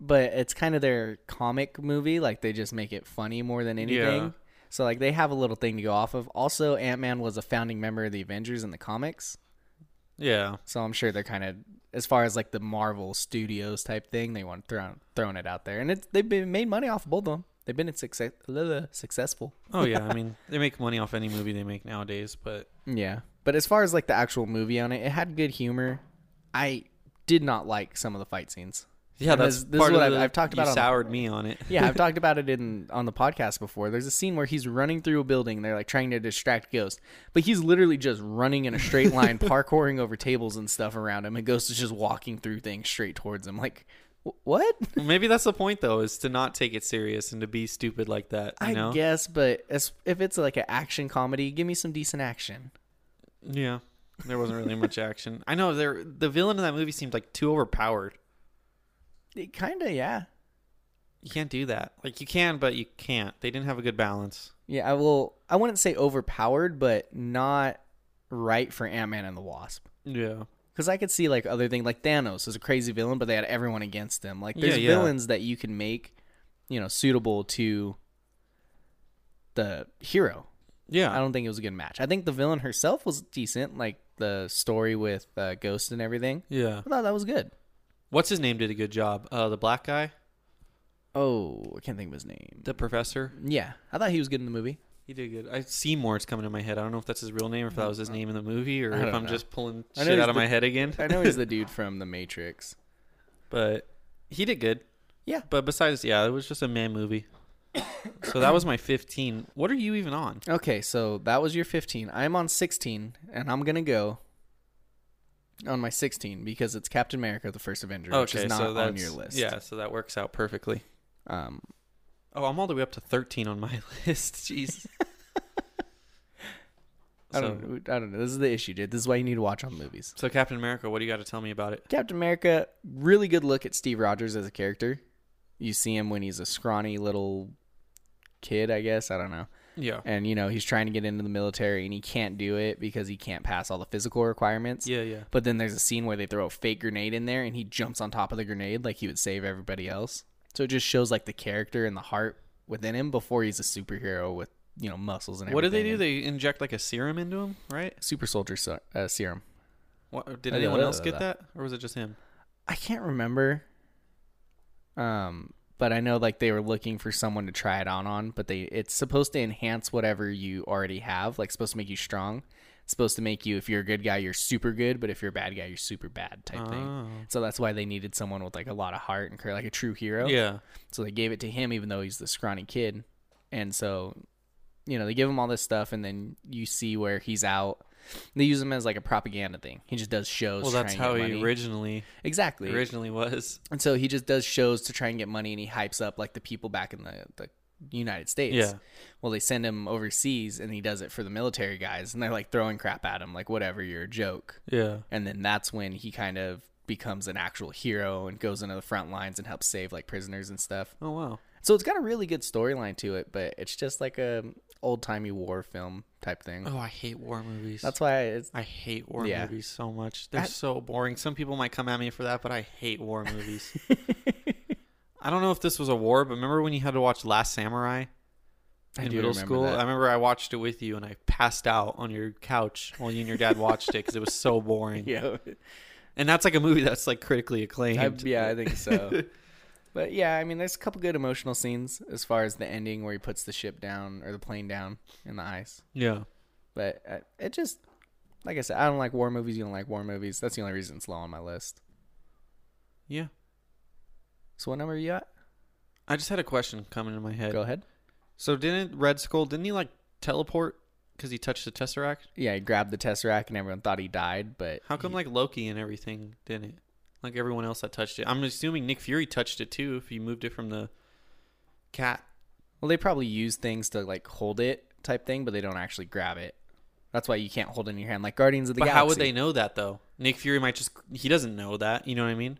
but it's kind of their comic movie. Like they just make it funny more than anything. Yeah. So like they have a little thing to go off of. Also, Ant Man was a founding member of the Avengers in the comics, yeah, so I'm sure they're kind of as far as like the Marvel Studios type thing. They want thrown throwing it out there, and it's they've been made money off of both of them. They've been success, successful. oh yeah. I *laughs* mean, they make money off any movie they make nowadays, but Yeah. But as far as like the actual movie on it, it had good humor. I did not like some of the fight scenes. yeah, And that's this, this part is of what the- I've, I've talked you about. on the- soured me on it. *laughs* yeah, *laughs* I've talked about it in on the podcast before. There's a scene where he's running through a building. They're like trying to distract Ghost, but he's literally just running in a straight *laughs* line, parkouring over tables and stuff around him, and Ghost is just walking through things straight towards him. Like, "Wh- what? Maybe that's the point though, is to not take it serious and to be stupid like that. You *laughs* I know? guess, but as, if it's like an action comedy, give me some decent action. Yeah, there wasn't really much action. I know there. The villain in that movie seemed like too overpowered. It kind of, yeah. You can't do that. Like you can, but you can't. They didn't have a good balance. Yeah, I will. I wouldn't say overpowered, but not right for Ant Man and the Wasp. Yeah. Because I could see like other thing, like Thanos is a crazy villain, but they had everyone against them. Like there's Yeah, yeah. villains that you can make, you know, suitable to the hero. Yeah. I don't think it was a good match. I think the villain herself was decent, like the story with uh, Ghost and everything. yeah. I thought that was good. What's his name did a good job? Uh, the black guy, Oh, I can't think of his name. the professor. Yeah, I thought he was good in *laughs* the movie. He did good. I Seymour's coming to my head. I don't know if that's his real name, or if that was his name in the movie, or I if don't I'm know. just pulling I know shit he's out of the- my head again. I know he's the dude from The Matrix. but he did good. Yeah. But besides, yeah, it was just a man movie. so that was my 15. What are you even on? Okay, so that was your 15. I'm on 16, and I'm going to go on my 16 because it's Captain America, the first Avenger, which Okay, is not so that's on your list. Yeah, so that works out perfectly. Um, Oh, I'm all the way up to 13 on my *laughs* list. Jeez. *laughs* I, so, don't, I don't know. This is the issue, dude. This is why you need to watch on movies. so Captain America, what do you got to tell me about it? Captain America, really good look at Steve Rogers as a character. You see him when he's a scrawny little kid, I guess. I don't know. Yeah. And, you know, he's trying to get into the military and he can't do it because he can't pass all the physical requirements. Yeah, yeah. But then there's a scene where they throw a fake grenade in there and he jumps on top of the grenade like he would save everybody else. So it just shows like the character and the heart within him before he's a superhero with you know muscles and everything. What do they do? and They inject like a serum into him, right? super soldier ser- uh, serum. What, did Uh, anyone uh, else get uh, that, or was it just him? I can't remember. Um, but I know like they were looking for someone to try it on on, but they it's supposed to enhance whatever you already have. Like it's supposed to make you strong. It's supposed to make you if you're a good guy, you're super good, but if you're a bad guy, you're super bad type Oh. thing. So that's why they needed someone with like a lot of heart and courage, like a true hero. Yeah. So they gave it to him even though he's the scrawny kid. And so you know, they give him all this stuff and then you see where he's out. They use him as like a propaganda thing. He just does shows. Well, to try that's and get how he money. originally Exactly. originally was. And so he just does shows to try and get money and he hypes up like the people back in the, the United States. Yeah. Well, they send him overseas and he does it for the military guys and they're like throwing crap at him, like, whatever, you're a joke. Yeah. And then that's when he kind of becomes an actual hero and goes into the front lines and helps save like prisoners and stuff. Oh wow. So it's got a really good storyline to it, but it's just like a old timey war film type thing. Oh, I hate war movies. Mm. That's why it's, I hate war Yeah. movies so much. They're That- so boring. Some people might come at me for that, but I hate war movies. *laughs* I don't know if this was a war, but remember when you had to watch Last Samurai I in do middle remember school? that. I remember I watched it with you, and I passed out on your couch while you and your dad watched it because it was so boring. *laughs* *laughs* yeah, And that's like a movie that's like critically acclaimed. I, yeah, I think *laughs* so. but yeah, I mean, there's a couple good emotional scenes as far as the ending where he puts the ship down or the plane down in the ice. yeah. But uh, it just, like I said, I don't like war movies. You don't like war movies. That's the only reason it's low on my list. Yeah. So what number are you at? I just had a question coming to my head. Go ahead. So didn't Red Skull? Didn't he like teleport because he touched the Tesseract? Yeah, he grabbed the tesseract and everyone thought he died, but How come like Loki and everything didn't? Like everyone else that touched it. I'm assuming Nick Fury touched it too if he moved it from the cat. Well, they probably use things to like hold it type thing, but they don't actually grab it. That's why you can't hold it in your hand like Guardians of the but Galaxy. how would they know that though? Nick Fury might just he doesn't know that, you know what I mean?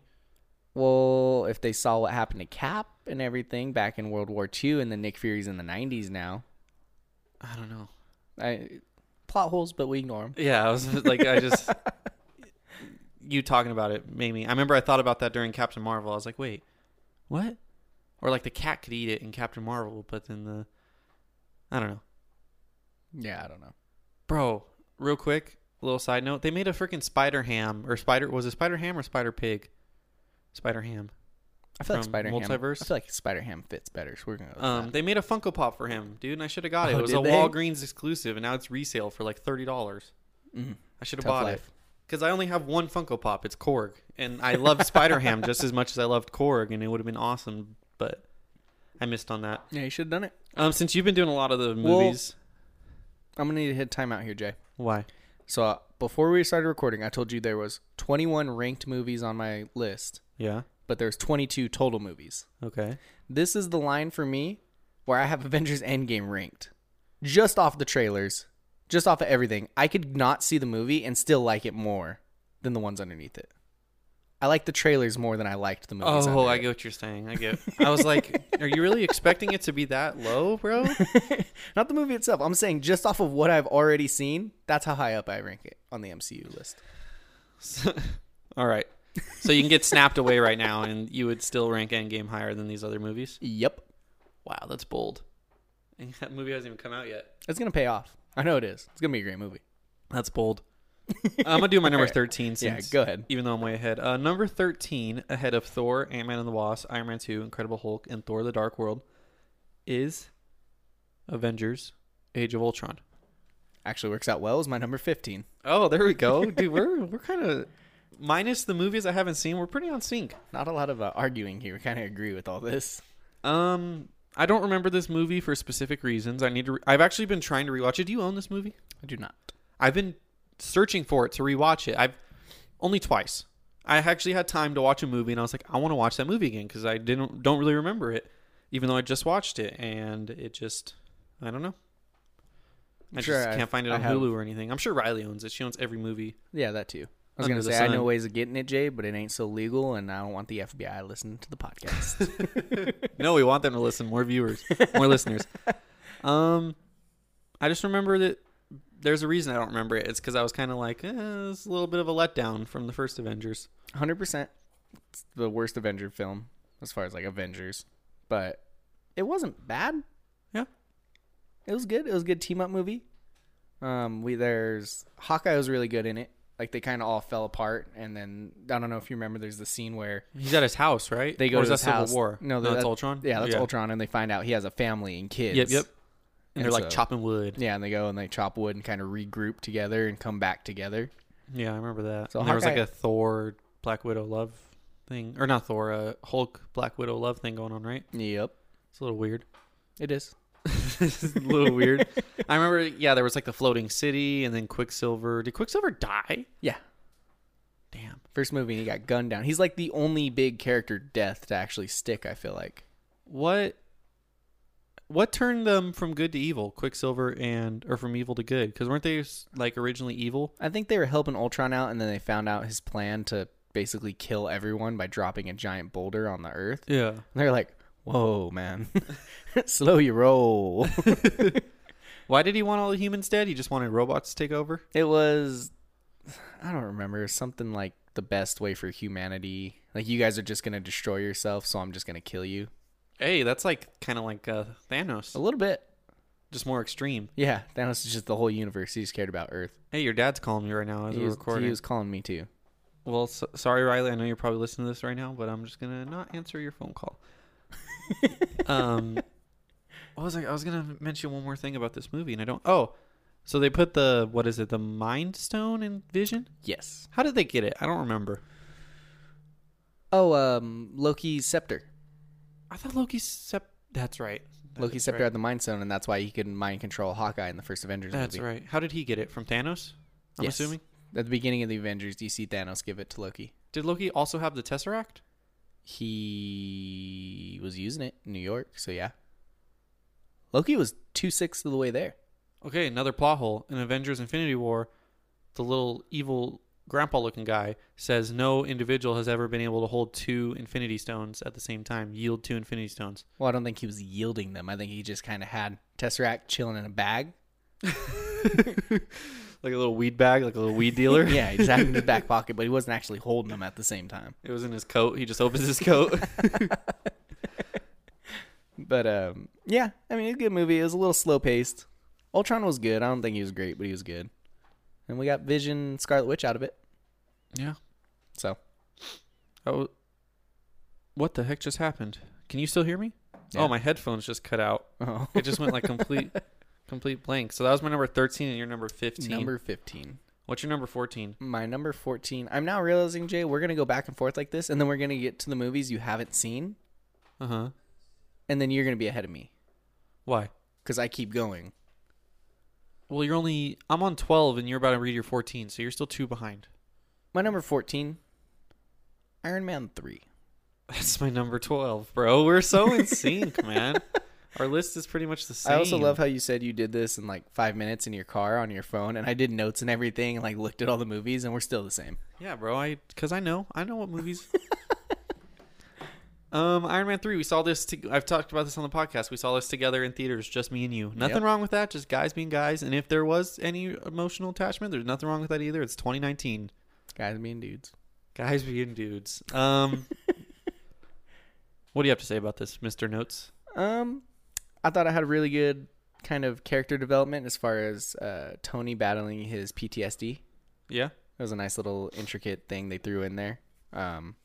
Well, if they saw what happened to Cap and everything back in World War II, and then Nick Fury's in the '90s now. I don't know. I, plot holes, but we ignore them. Yeah, I was like I just you talking about it made me. I remember I thought about that during Captain Marvel. I was like, "Wait, what?" Or like the cat could eat it in Captain Marvel, but then the I don't know. Yeah, I don't know. Bro, real quick, little side note. They made a freaking Spider Ham or Spider was it Spider Ham or Spider Pig? Spider Ham. I feel like From Spider Ham. Multiverse? I feel like Spider Ham fits better, so we're gonna. Go with Um, that. they made a Funko Pop for him, dude, and I should have got it. Oh, It was a did they? Walgreens exclusive, and now it's resale for like thirty dollars. Mhm. I should have Tough bought it life. because I only have one Funko Pop. It's Korg, and I love Spider Ham *laughs* just as much as I loved Korg, and it would have been awesome, but I missed on that. Yeah, you should have done it. Um, since you've been doing a lot of the Well- movies, I'm gonna need to hit timeout here, Jay. why? So uh, before we started recording, I told you there was 21 ranked movies on my list, Yeah. but there's 22 total movies. Okay. This is the line for me where I have Avengers Endgame ranked. Just off the trailers, just off of everything, I could not see the movie and still like it more than the ones underneath it. I like the trailers more than I liked the movies. Oh, under I it. get what you're saying. I get. I was *laughs* like, are you really expecting it to be that low, bro? *laughs* Not the movie itself. I'm saying just off of what I've already seen, that's how high up I rank it on the MCU list. *laughs* All right. So you can get snapped away right now, and you would still rank Endgame higher than these other movies. Yep. Wow, that's bold. And *laughs* that movie hasn't even come out yet. It's going to pay off. I know it is. It's going to be a great movie. That's bold. Uh, I'm gonna do *laughs* *laughs* my number Alright. thirteen. Yeah, Since, go ahead. Even though I'm way ahead, uh, number thirteen ahead of Thor, Ant Man and the Wasp, Iron Man Two, Incredible Hulk, and Thor: The Dark World is Avengers: Age of Ultron. Actually works out well as my number 15. Oh, there we *laughs* go, dude. We're we're kind of minus the movies I haven't seen. We're pretty on sync. Not a lot of uh, arguing here. We kind of agree with all this. Um, I don't remember this movie for specific reasons. I need to. Re- I've actually been trying to rewatch it. Do you own this movie? I do not. I've been searching for it to rewatch it. I've only twice. I actually had time to watch a movie, and I was like, I want to watch that movie again because I didn't don't really remember it, even though I just watched it, and it just I don't know. I Sure, just I- can't find it I on have- Hulu or anything. I'm sure Riley owns it. She owns every movie. Yeah, that too. I was Under gonna the say I know sun. ways of getting it, Jay, but it ain't so legal, and I don't want the FBI listening to *laughs* the podcast. No, we want them to listen. More viewers, *laughs* more listeners. Um, I just remember that there's a reason I don't remember it. It's because I was kind of like, eh, it's a little bit of a letdown from the first Avengers. Hundred percent. It's the worst Avenger film as far as like Avengers, but it wasn't bad. Yeah, it was good. It was a good team up movie. Um, we there's Hawkeye was really good in it. Like they kind of all fell apart, and then I don't know if you remember. There's the scene where he's at his house, right? They go or to is that his Civil house. War? No, No, that's that- Ultron? Yeah, that's Yeah. Ultron, and they find out he has a family and kids. Yep, yep. And they're like chopping wood. Yeah, and they go and they chop wood and kind of regroup together and come back together. Yeah, I remember that. So and there was like Hawkeye- a Thor Black Widow love thing, or not Thor, uh, Hulk Black Widow love thing going on, right? Yep, it's a little weird. It is. it's *laughs* a little weird. I remember, yeah, there was like the floating city, and then Quicksilver. Did Quicksilver die? *laughs* Yeah. Damn. First movie, and he got gunned down. He's like the only big character death to actually stick. I feel like. What? What turned them from good to evil? Quicksilver and or from evil to good? Because weren't they s- like originally evil? I think they were helping Ultron out, and then they found out his plan to basically kill everyone by dropping a giant boulder on the Earth. Yeah. And they're like, "Whoa, man, *laughs* slow your roll." *laughs* Why did he want all the humans dead? He just wanted robots to take over. It was, I don't remember, something like the best way for humanity. Like you guys are just gonna destroy yourself, so I'm just gonna kill you. Hey, that's like kind of like uh, Thanos. A little bit, just more extreme. Yeah, Thanos is just the whole universe. He just cared about Earth. Hey, your dad's calling me right now as He we're was, recording. he was calling me too. Well, so, sorry, Riley. I know you're probably listening to this right now, but I'm just gonna not answer your phone *laughs* call. um, what was I? I was gonna mention one more thing about this movie, and I don't. Oh, so they put the what is it? The Mind Stone in Vision. Yes. How did they get it? I don't remember. Oh, um, Loki's scepter. I thought Loki's sep. That's right. Loki's That's scepter right. had the mind stone, and that's why he could mind control Hawkeye in the first Avengers That's movie. right. How did he get it from Thanos? I'm Yes. assuming. At the beginning of the Avengers, you see Thanos give it to Loki. Did Loki also have the Tesseract? He was using it in New York, so yeah. Loki was two sixths of the way there. Okay, another plot hole. In Avengers Infinity War, the little evil grandpa looking guy says no individual has ever been able to hold two infinity stones at the same time, yield two infinity stones. Well, I don't think he was yielding them. I think he just kind of had Tesseract chilling in a bag. Like a little weed bag, like a little *laughs* weed dealer. yeah, he's had it in *laughs* his back pocket, but he wasn't actually holding them at the same time. It was in his coat. He just opens his coat. But um, yeah, I mean, it was a good movie. It was a little slow paced. Ultron was good. I don't think he was great, but he was good. And we got Vision, Scarlet Witch out of it. *laughs* yeah. So *laughs* Oh, what the heck just happened? Can you still hear me? Yeah. Oh, my headphones just cut out. Oh. It just went like *laughs* complete, complete blank. So that was my number thirteen, and your number fifteen. number fifteen. What's your number fourteen? My number fourteen. I'm now realizing, Jay, we're gonna go back and forth like this, and then we're gonna get to the movies you haven't seen, Uh huh. and then you're gonna be ahead of me Why? because I keep going. Well, you're only I'm on 12 and you're about to read your 14, so you're still two behind. My number fourteen, Iron Man three. *laughs* That's my number 12, bro. We're so Oh, in sync, *laughs* man. Our list is pretty much the same. I also love how you said you did this in like five minutes in your car on your phone, and I did notes and everything, and like looked at all the movies, and we're still the same. Yeah, bro. I cuz I know. I know what *laughs* movies Um Iron Man 3, we saw this to, I've talked about this on the podcast. We saw this together in theaters, just me and you. Nothing Yep. wrong with that, just guys being guys, and if there was any emotional attachment, there's nothing wrong with that either. It's 2019. Guys being dudes. Guys being dudes. Um *laughs* What do you have to say about this, Mr. Notes? Um, I thought I had a really good kind of character development as far as uh, Tony battling his PTSD. Yeah. That was a nice little intricate thing they threw in there. Um,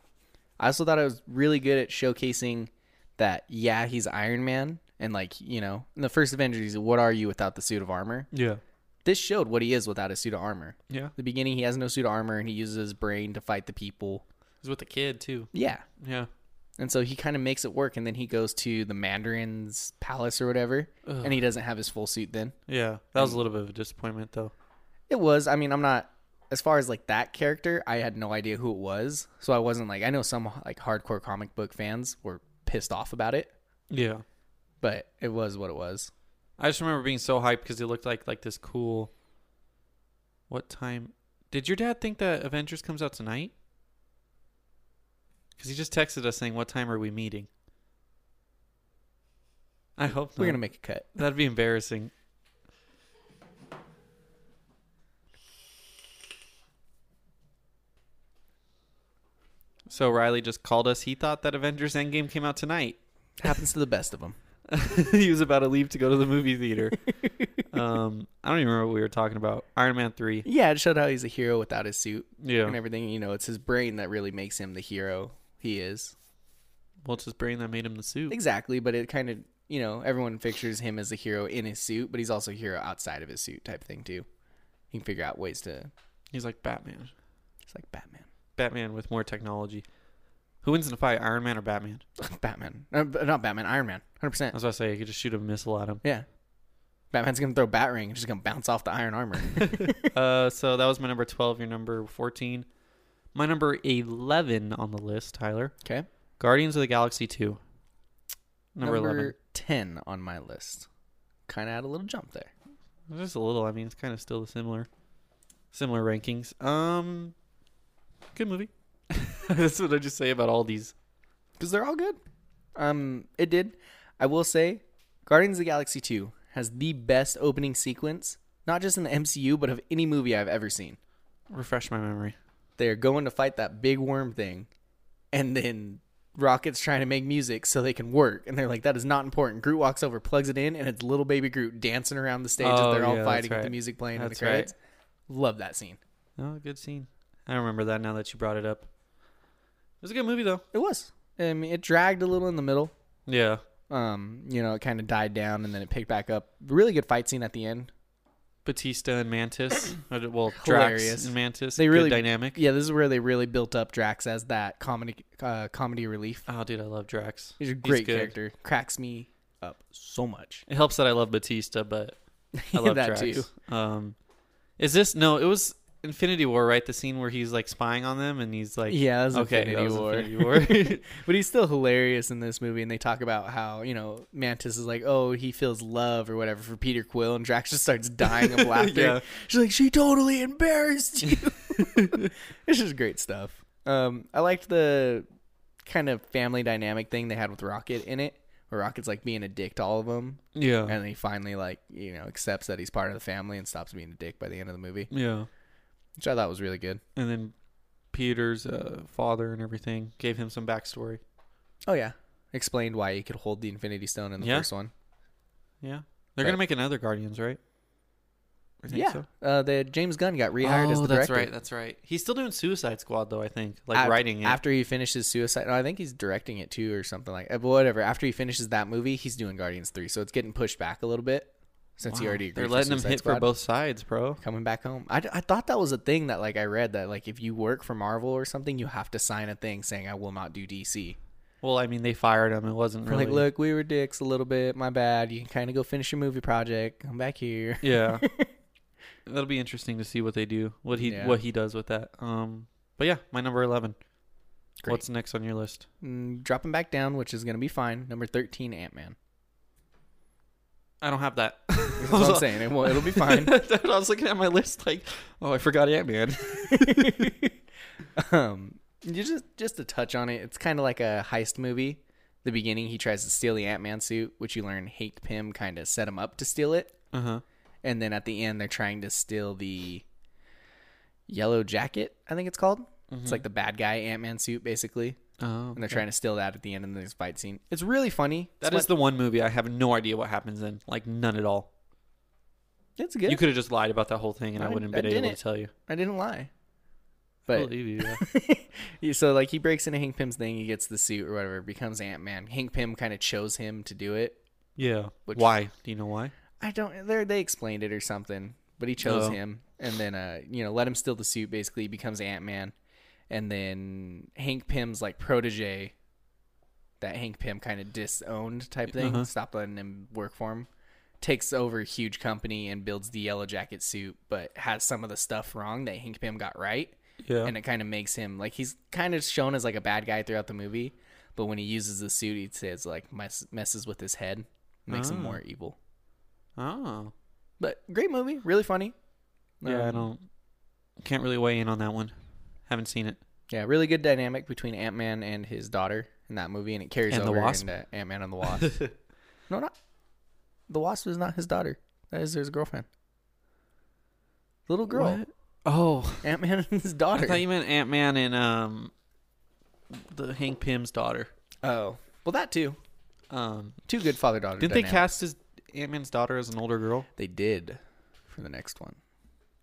I also thought I was really good at showcasing that, yeah, he's Iron Man. And, like, you know, in the first Avengers, what are you without the suit of armor? Yeah. This showed what he is without a suit of armor. Yeah. The beginning, he has no suit of armor and he uses his brain to fight the people. He's with the kid too. Yeah. Yeah. And so he kind of makes it work, and then he goes to the Mandarin's palace or whatever, Ugh. and he doesn't have his full suit then. Yeah. That was a little bit of a disappointment though. It was, I mean, I'm not, as far as like that character, I had no idea who it was. So I wasn't like, I know some like hardcore comic book fans were pissed off about it, Yeah. but it was what it was. I just remember being so hyped because it looked like like this cool What time did your dad think that Avengers comes out tonight? Cuz he just texted us saying what time are we meeting? I hope We're not. going to make a cut. That'd be embarrassing. So Riley just called us. He thought that Avengers Endgame came out tonight. *laughs* Happens to the best of them. he was about to leave to go to the movie theater. um, I don't even remember what we were talking about. Iron Man three. Yeah, it showed how he's a hero without his suit. Yeah. and everything. You know, it's his brain that really makes him the hero he is. Well, it's his brain that made him the suit. Exactly, but it kind of you know everyone pictures him as a hero in his suit, but he's also a hero outside of his suit type thing too. He can figure out ways to. He's like Batman. He's like Batman. *laughs* Batman with more technology. Who wins in a fight, Iron Man or Batman? Batman, uh, b- not Batman, Iron Man, I hundred percent. was about to say, you could just shoot a missile at him. Yeah, Batman's gonna throw a bat ring. It's just gonna bounce off the iron armor. uh, so that was my number 12, your number 14. My number 11 on the list, Tyler. Okay. Guardians of the Galaxy 2. Number, 11. ten on my list. Kind of had a little jump there. Just a little. I mean, it's kind of still similar. Similar rankings. Um, good movie. *laughs* That's what I just say about all these. because they're all good. Um, it did. I will say, Guardians of the Galaxy Two has the best opening sequence, not just in the MCU, but of any movie I've ever seen. Refresh my memory. They're going to fight that big worm thing, and then Rocket's trying to make music so they can work, and they're like, "That is not important." Groot walks over, plugs it in, and it's little baby Groot dancing around the stage Oh, as they're all yeah, that's fighting with right. the music playing in the That's right. credits. Love that scene. Oh, good scene. I remember that now that you brought it up. It was a good movie, though. It was. I mean, it dragged a little in the middle. Yeah. Um, you know, it kind of died down, and then it picked back up. Really good fight scene at the end. Batista and *coughs* Mantis. Uh, well, Drax hilarious and Mantis. They really good dynamic. Yeah, this is where they really built up Drax as that comedy uh, comedy relief. Oh, dude, I love Drax. He's a He's great good. character. Cracks me up so much. It helps that I love Batista, but *laughs* I love That Drax. too. Um, is this no? It was Infinity War, right? The scene where he's like spying on them, and he's like, yeah, that was okay, Infinity that was War. *laughs* Infinity War. *laughs* but he's still hilarious in this movie, and they talk about how you know Mantis is like, oh, he feels love or whatever for Peter Quill, and Drax just starts dying *laughs* of laughter. Yeah. She's like, she totally embarrassed you. *laughs* it's just great stuff. Um, I liked the kind of family dynamic thing they had with Rocket in it, where Rocket's like being a dick to all of them. Yeah. and he finally like you know accepts that he's part of the family and stops being a dick by the end of the movie, yeah, which I thought was really good. and then Peter's uh, father and everything gave him some backstory. Oh yeah, explained why he could hold the Infinity Stone in the Yeah. first one. Yeah, they're Right. gonna make another Guardians, right? I think yeah, so. uh, the James Gunn got rehired as oh, the that's director. right. That's right. He's still doing Suicide Squad though. I think like Af- writing it. after he finishes Suicide. No, I think he's directing it too, or something like. uh, But whatever. After he finishes that movie, he's doing Guardians three, so it's getting pushed back a little bit since he Wow, already. Agreed they're for letting him Suicide hit for Squad. both sides, bro. coming back home. I, d- I thought that was a thing that like I read that like if you work for Marvel or something, you have to sign a thing saying I will not do DC. Well, I mean, they fired him. It wasn't really *laughs* Like, look, we were dicks a little bit. My bad. You can kind of go finish your movie project. Come back here. *laughs* Yeah. That'll be interesting to see what they do, what he Yeah. what he does with that. Um, but yeah, my number eleven. Great. What's next on your list? Mm, Drop him back down, which is gonna be fine. Number thirteen, Ant Man. I don't have that. *laughs* That's what I'm saying. It will, it'll be fine. I was looking at my list like, oh, I forgot Ant *laughs* Man. um, you just just to touch on it, it's kind of like a heist movie. The beginning, he tries to steal the Ant Man suit, which you learn Hate Pym kind of set him up to steal it, Uh huh. and then at the end, they're trying to steal the Yellow Jacket. I think it's called. It's like the bad guy Ant Man suit, basically. Oh, and they're trying to steal that at the end of this fight scene. It's really funny. that it's is the one movie I have no idea what happens in, like none at all. the. It's good. You could have just lied about that whole thing, and I, I- wouldn't I have been able didn't. to tell you. I didn't I lie. But believe you. *laughs* yeah. Yeah, so like he breaks into Hank Pym's thing, he gets the suit or whatever, becomes Ant Man. Hank Pym kind of chose him to do it. yeah. Which- why? Do you know why? I don't. They they explained it or something, but he chose Oh. him, and then uh, you know, let him steal the suit. Basically, he becomes Ant Man, and then Hank Pym's like protege, that Hank Pym kind of disowned type thing, Uh-huh. stopped letting him work for him, takes over a huge company and builds the Yellow Jacket suit, but has some of the stuff wrong that Hank Pym got right, Yeah. and it kind of makes him like he's kind of shown as like a bad guy throughout the movie, but when he uses the suit, he says like mess, messes with his head, makes Ah. him more Um, evil. oh. But great movie, really funny. Yeah, I Um, don't. Can't really weigh in on that one. Haven't seen it. Yeah, really good dynamic between Ant Man and his daughter in that movie, and it carries And the over Wasp? into Ant *laughs* Man and the Wasp. no, not the Wasp is not his daughter. That is his girlfriend. Little girl, What? Oh. Oh. Ant Man and his daughter. I thought you meant Ant Man and um the Hank Pym's daughter. Oh, well, that too. Um, two good father daughter. Did they cast his Ant Man's daughter as an older girl? They did for the next one.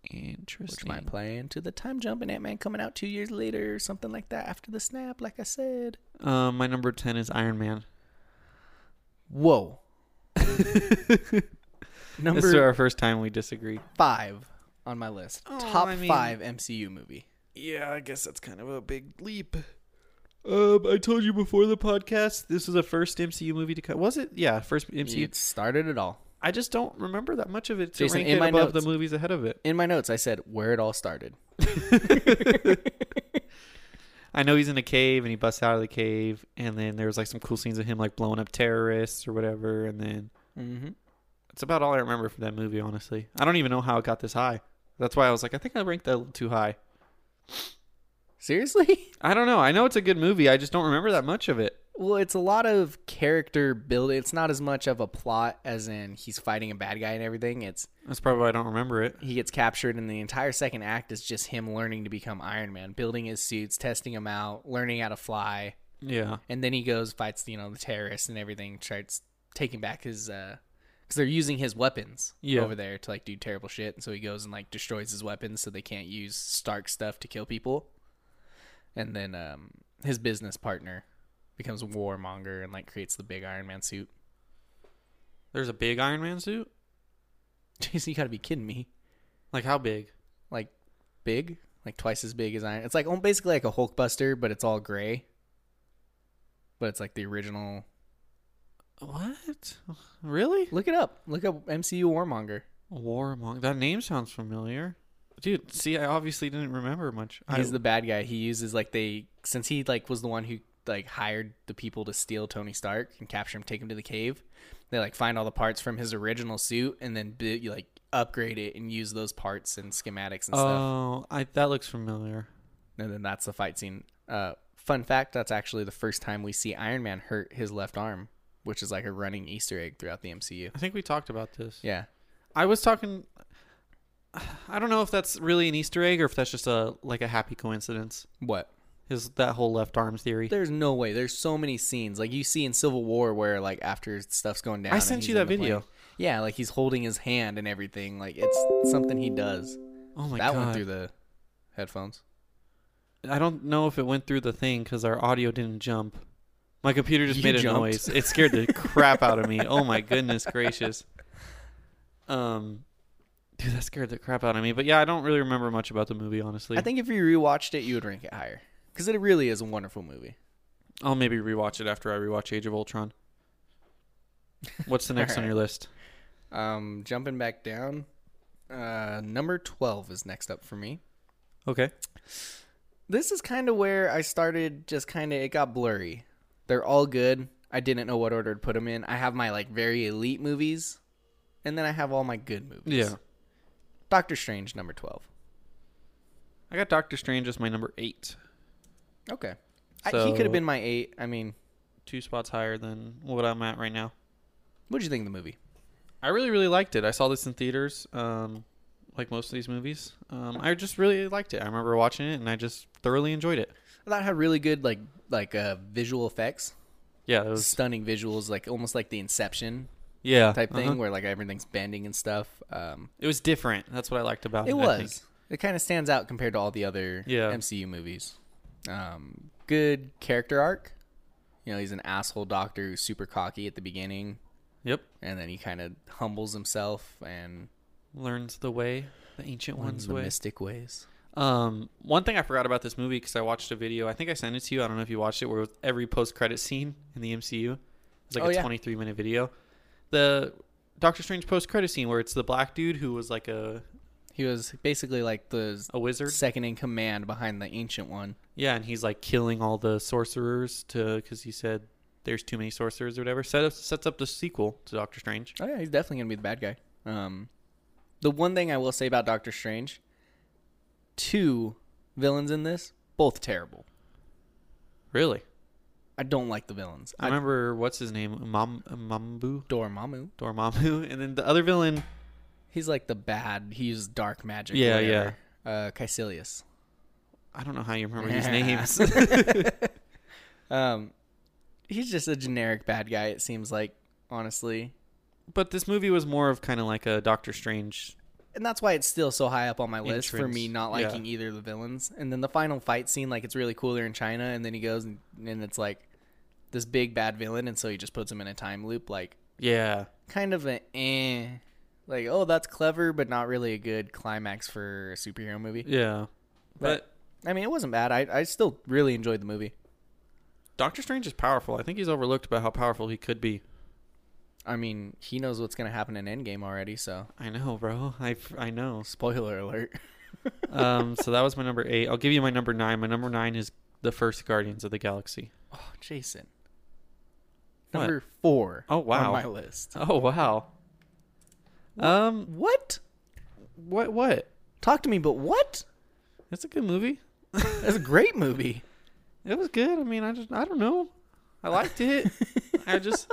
Interesting. Which might play into the time jump and Ant Man coming out two years later or something like that after the snap, like I said. Um, my number ten is Iron Man. *laughs* Whoa. Number this is our first time we disagree. Five on my list. Oh, Top I mean, five MCU movie. Yeah, I guess that's kind of a big leap. Um, I told you before the podcast, this was the first MCU movie to come. Was it? Yeah, first MCU. It started it all. I just don't remember that much of it. To Jason, in my above notes, the movies ahead of it. In my notes, I said where it all started. *laughs* I know he's in a cave and he busts out of the cave, and then there was like some cool scenes of him like blowing up terrorists or whatever, and then mm-hmm. that's about all I remember from that movie. Honestly, I don't even know how it got this high. That's why I was like, I think I ranked that too high. Seriously? *laughs* I don't know. I know it's a good movie. I just don't remember that much of it. Well, it's a lot of character building. It's not as much of a plot as in he's fighting a bad guy and everything. It's that's probably why I don't remember it. He gets captured, and the entire second act is just him learning to become Iron Man, building his suits, testing them out, learning how to fly. Yeah, and then he goes fights you know the terrorists and everything, tries taking back his uh because they're using his weapons yeah. over there to like do terrible shit, and so he goes and like destroys his weapons so they can't use Stark stuff to kill people. And then um, his business partner becomes warmonger and like creates the big Iron Man suit. *laughs* There's a big Iron Man suit? Jeez, you gotta be kidding me. Like how big? Like big? Like twice as big as Iron It's like oh, basically like a Hulkbuster, but it's all gray. But it's like the original What? Really? Look it up. Look up MCU Warmonger. Warmonger. That name sounds familiar dude see i obviously didn't remember much he's I, the bad guy he uses like they since he like was the one who like hired the people to steal tony stark and capture him take him to the cave they like find all the parts from his original suit and then you like upgrade it and use those parts and schematics and stuff oh I, that looks familiar and then that's the fight scene uh, fun fact that's actually the first time we see iron man hurt his left arm which is like a running easter egg throughout the mcu i think we talked about this yeah i was talking *sighs* I don't know if that's really an Easter egg or if that's just a like a happy coincidence. What is that whole left arm theory? There's no way. There's so many scenes like you see in Civil War where like after stuff's going down. I sent you that video. Plane. Yeah, like he's holding his hand and everything. Like it's something he does. Oh my that god, that went through the headphones. I don't know if it went through the thing because our audio didn't jump. My computer just you made jumped. a noise. It scared *laughs* the crap out of me. Oh my goodness gracious. Um, Dude, that scared the crap out of me. But yeah, I don't really remember much about the movie, honestly. I think if you rewatched it, you would rank it higher because it really is a wonderful movie. I'll maybe rewatch it after I rewatch Age of Ultron. *laughs* What's the next right. on your list? Um, jumping back down, uh, number twelve is next up for me. Okay. This is kind of where I started. Just kind of, it got blurry. They're all good. I didn't know what order to put them in. I have my like very elite movies, and then I have all my good movies. Yeah. Doctor Strange number 12. I got Doctor Strange as my number 8. Okay. So, I, he could have been my 8. I mean, two spots higher than what I'm at right now. What did you think of the movie? I really really liked it. I saw this in theaters um, like most of these movies. Um, I just really liked it. I remember watching it and I just thoroughly enjoyed it. I thought it had really good like like uh, visual effects. Yeah, it was stunning visuals like almost like the Inception yeah type thing uh-huh. where like everything's bending and stuff. Um, it was different. That's what I liked about it. It was. It kind of stands out compared to all the other yeah. MCU movies. Um, good character arc. You know, he's an asshole doctor who's super cocky at the beginning. Yep. And then he kind of humbles himself and learns the way, the ancient one's the way, mystic ways. Um, one thing I forgot about this movie because I watched a video. I think I sent it to you. I don't know if you watched it. Where every post-credit scene in the MCU, it's like oh, a yeah. 23-minute video the Doctor Strange post credit scene where it's the black dude who was like a he was basically like the a wizard second in command behind the ancient one. Yeah, and he's like killing all the sorcerers to because he said there's too many sorcerers or whatever. Set up, sets up the sequel to Doctor Strange. Oh yeah, he's definitely gonna be the bad guy. Um, the one thing I will say about Doctor Strange, two villains in this, both terrible. Really? I don't like the villains. I, remember what's his name, Mam Mambu Dormammu. Dormammu, *laughs* and then the other villain. He's like the bad. He uses dark magic. Yeah, yeah. Uh, Caecilius. *laughs* *laughs* I don't know how you remember these names. Um, he's just a generic bad guy. It seems like, honestly. But this movie was more of kind of like a Doctor Strange, and that's why it's still so high up on my list for me. Not liking Yeah. either of the villains, and then the final fight scene, like it's really cool. They're in China, and then he goes and, and it's like this big bad villain, and so he just puts him in a time loop, like yeah, kind of an eh, like oh that's clever, but not really a good climax for a superhero movie. yeah. but, I mean it wasn't bad. I I still really enjoyed the movie. Doctor Strange is powerful. I think he's overlooked by how powerful he could be. I mean he knows what's gonna happen in Endgame already, so I know, bro. *laughs* I I know. spoiler alert. *laughs* um, so that was my number eight. I'll give you my number nine. My number nine is the first Guardians of the Galaxy. Oh, Jason. What? Number four. Oh wow, On my list. Oh wow. Um, What? what what? Talk to me, but what? It's a good movie. That's a great movie. It was good. I mean, I just I don't know. I liked *laughs* it. I just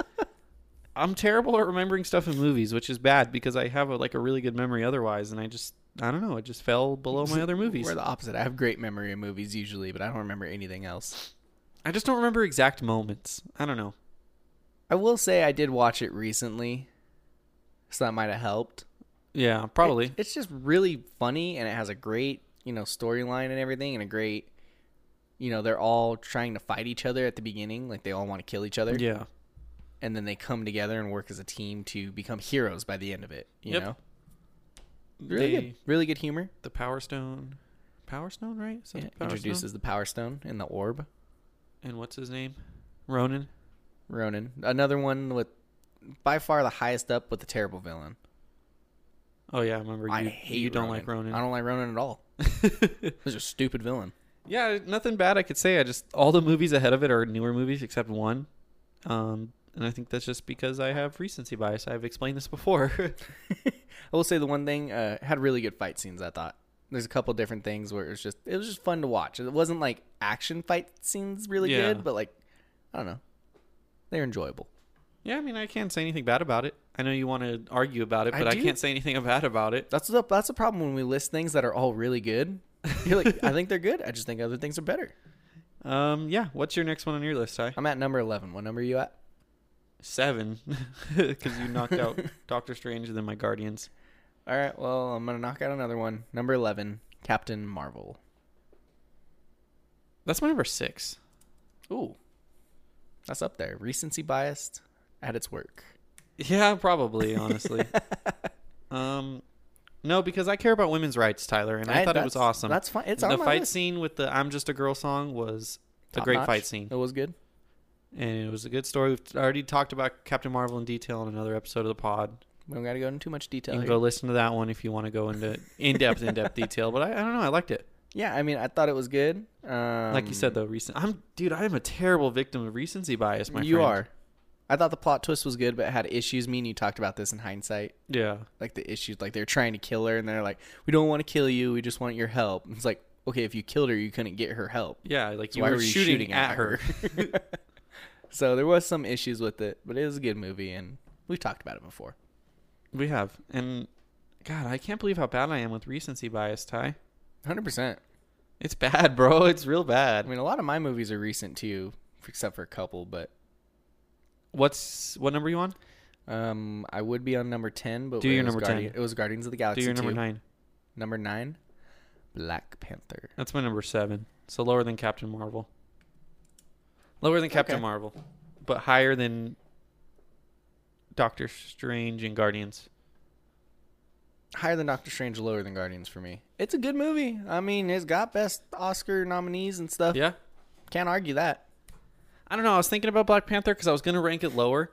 I'm terrible at remembering stuff in movies, which is bad because I have a, like a really good memory otherwise, and I just I don't know. It just fell below my other movies. We're the opposite. I have great memory of movies usually, but I don't remember anything else. I just don't remember exact moments. I don't know. I will say I did watch it recently, so that might have helped. Yeah, probably. It- it's just really funny, and it has a great you know storyline and everything, and a great you know they're all trying to fight each other at the beginning, like they all want to kill each other. yeah. and then they come together and work as a team to become heroes by the end of it. You Yep. know, really They- good, really good humor. The Power Stone. Power Stone, right? Is that It the Power introduces the Power Stone and the Orb. Stone? And what's his name? Ronan. Ronan, another one with by far the highest up with the terrible villain. Oh yeah, I remember. You, I hate you don't like Ronan. I don't like Ronan at *laughs* all. He's a stupid villain. Yeah, nothing bad I could say. I just all the movies ahead of it are newer movies except one, um, and I think that's just because I have recency bias. I've explained this before. *laughs* I will say the one thing uh, it had really good fight scenes. I thought there's a couple different things where it was just it was just fun to watch. It wasn't like action fight scenes really Yeah. good, but like I don't know, they're enjoyable. yeah, I mean I can't say anything bad about it. I know you want to argue about it, I but I, do. can't say anything *laughs* bad about it. That's the that's the problem when we list things that are all really good. You're like, I think they're good. I just think other things are better. Um, yeah. What's your next one on your list, Ty? I'm at number eleven. What number are you at? Seven, *laughs* because you knocked *laughs* out Doctor Strange and then my Guardians. All right. Well, I'm gonna knock out another one. Number eleven, Captain Marvel. That's my number six. Ooh, that's up there. Recency biased at its work. Yeah, probably, *laughs* honestly. um no, because I care about women's rights, Tyler, and I, I- thought it was that's- awesome. that's fine. It's the on my fight list. scene with the "I'm Just a Girl" song was a Top great notch. fight scene, It was good. and it was a good story. We've already talked about Captain Marvel in detail in another episode of the pod. We don't gotta go into too much detail. You can here. go listen to that one if you want to go into in depth, in depth detail. But I, I don't know, I liked it. yeah, I mean, I thought it was good. Um, Like you said, though, recent. I'm dude. I am a terrible victim of recency bias. My you friend. are. I thought the plot twist was good, but it had issues. Me and you talked about this in hindsight. Yeah. like the issues like they're trying to kill her and they're like we don't want to kill you we just want your help *laughs* And it's like okay if you killed her you couldn't get her help Yeah. Like So you were, shooting, at her. so there was some issues with it but it was a good movie and we've talked about it before we have, and God, I can't believe how bad I am with recency bias, Ty. 100% It's bad, bro. *laughs* It's real i bad. mean a lot of my movies are recent too except for a couple but What's what number you on? um i would be on number 10 but Do it your was number Guardi- 10. it was guardians of the galaxy Do your number 2. nine. number 9 black panther That's my number seven. So lower than Captain Marvel. Lower than Captain Okay. Marvel, but higher than Doctor Strange and Guardians. higher than Doctor Strange, lower than Guardians for me. It's a good movie. I mean, it's got best Oscar nominees and stuff. Yeah. Can't argue that. I don't know. I was thinking about Black Panther because I was gonna rank it lower,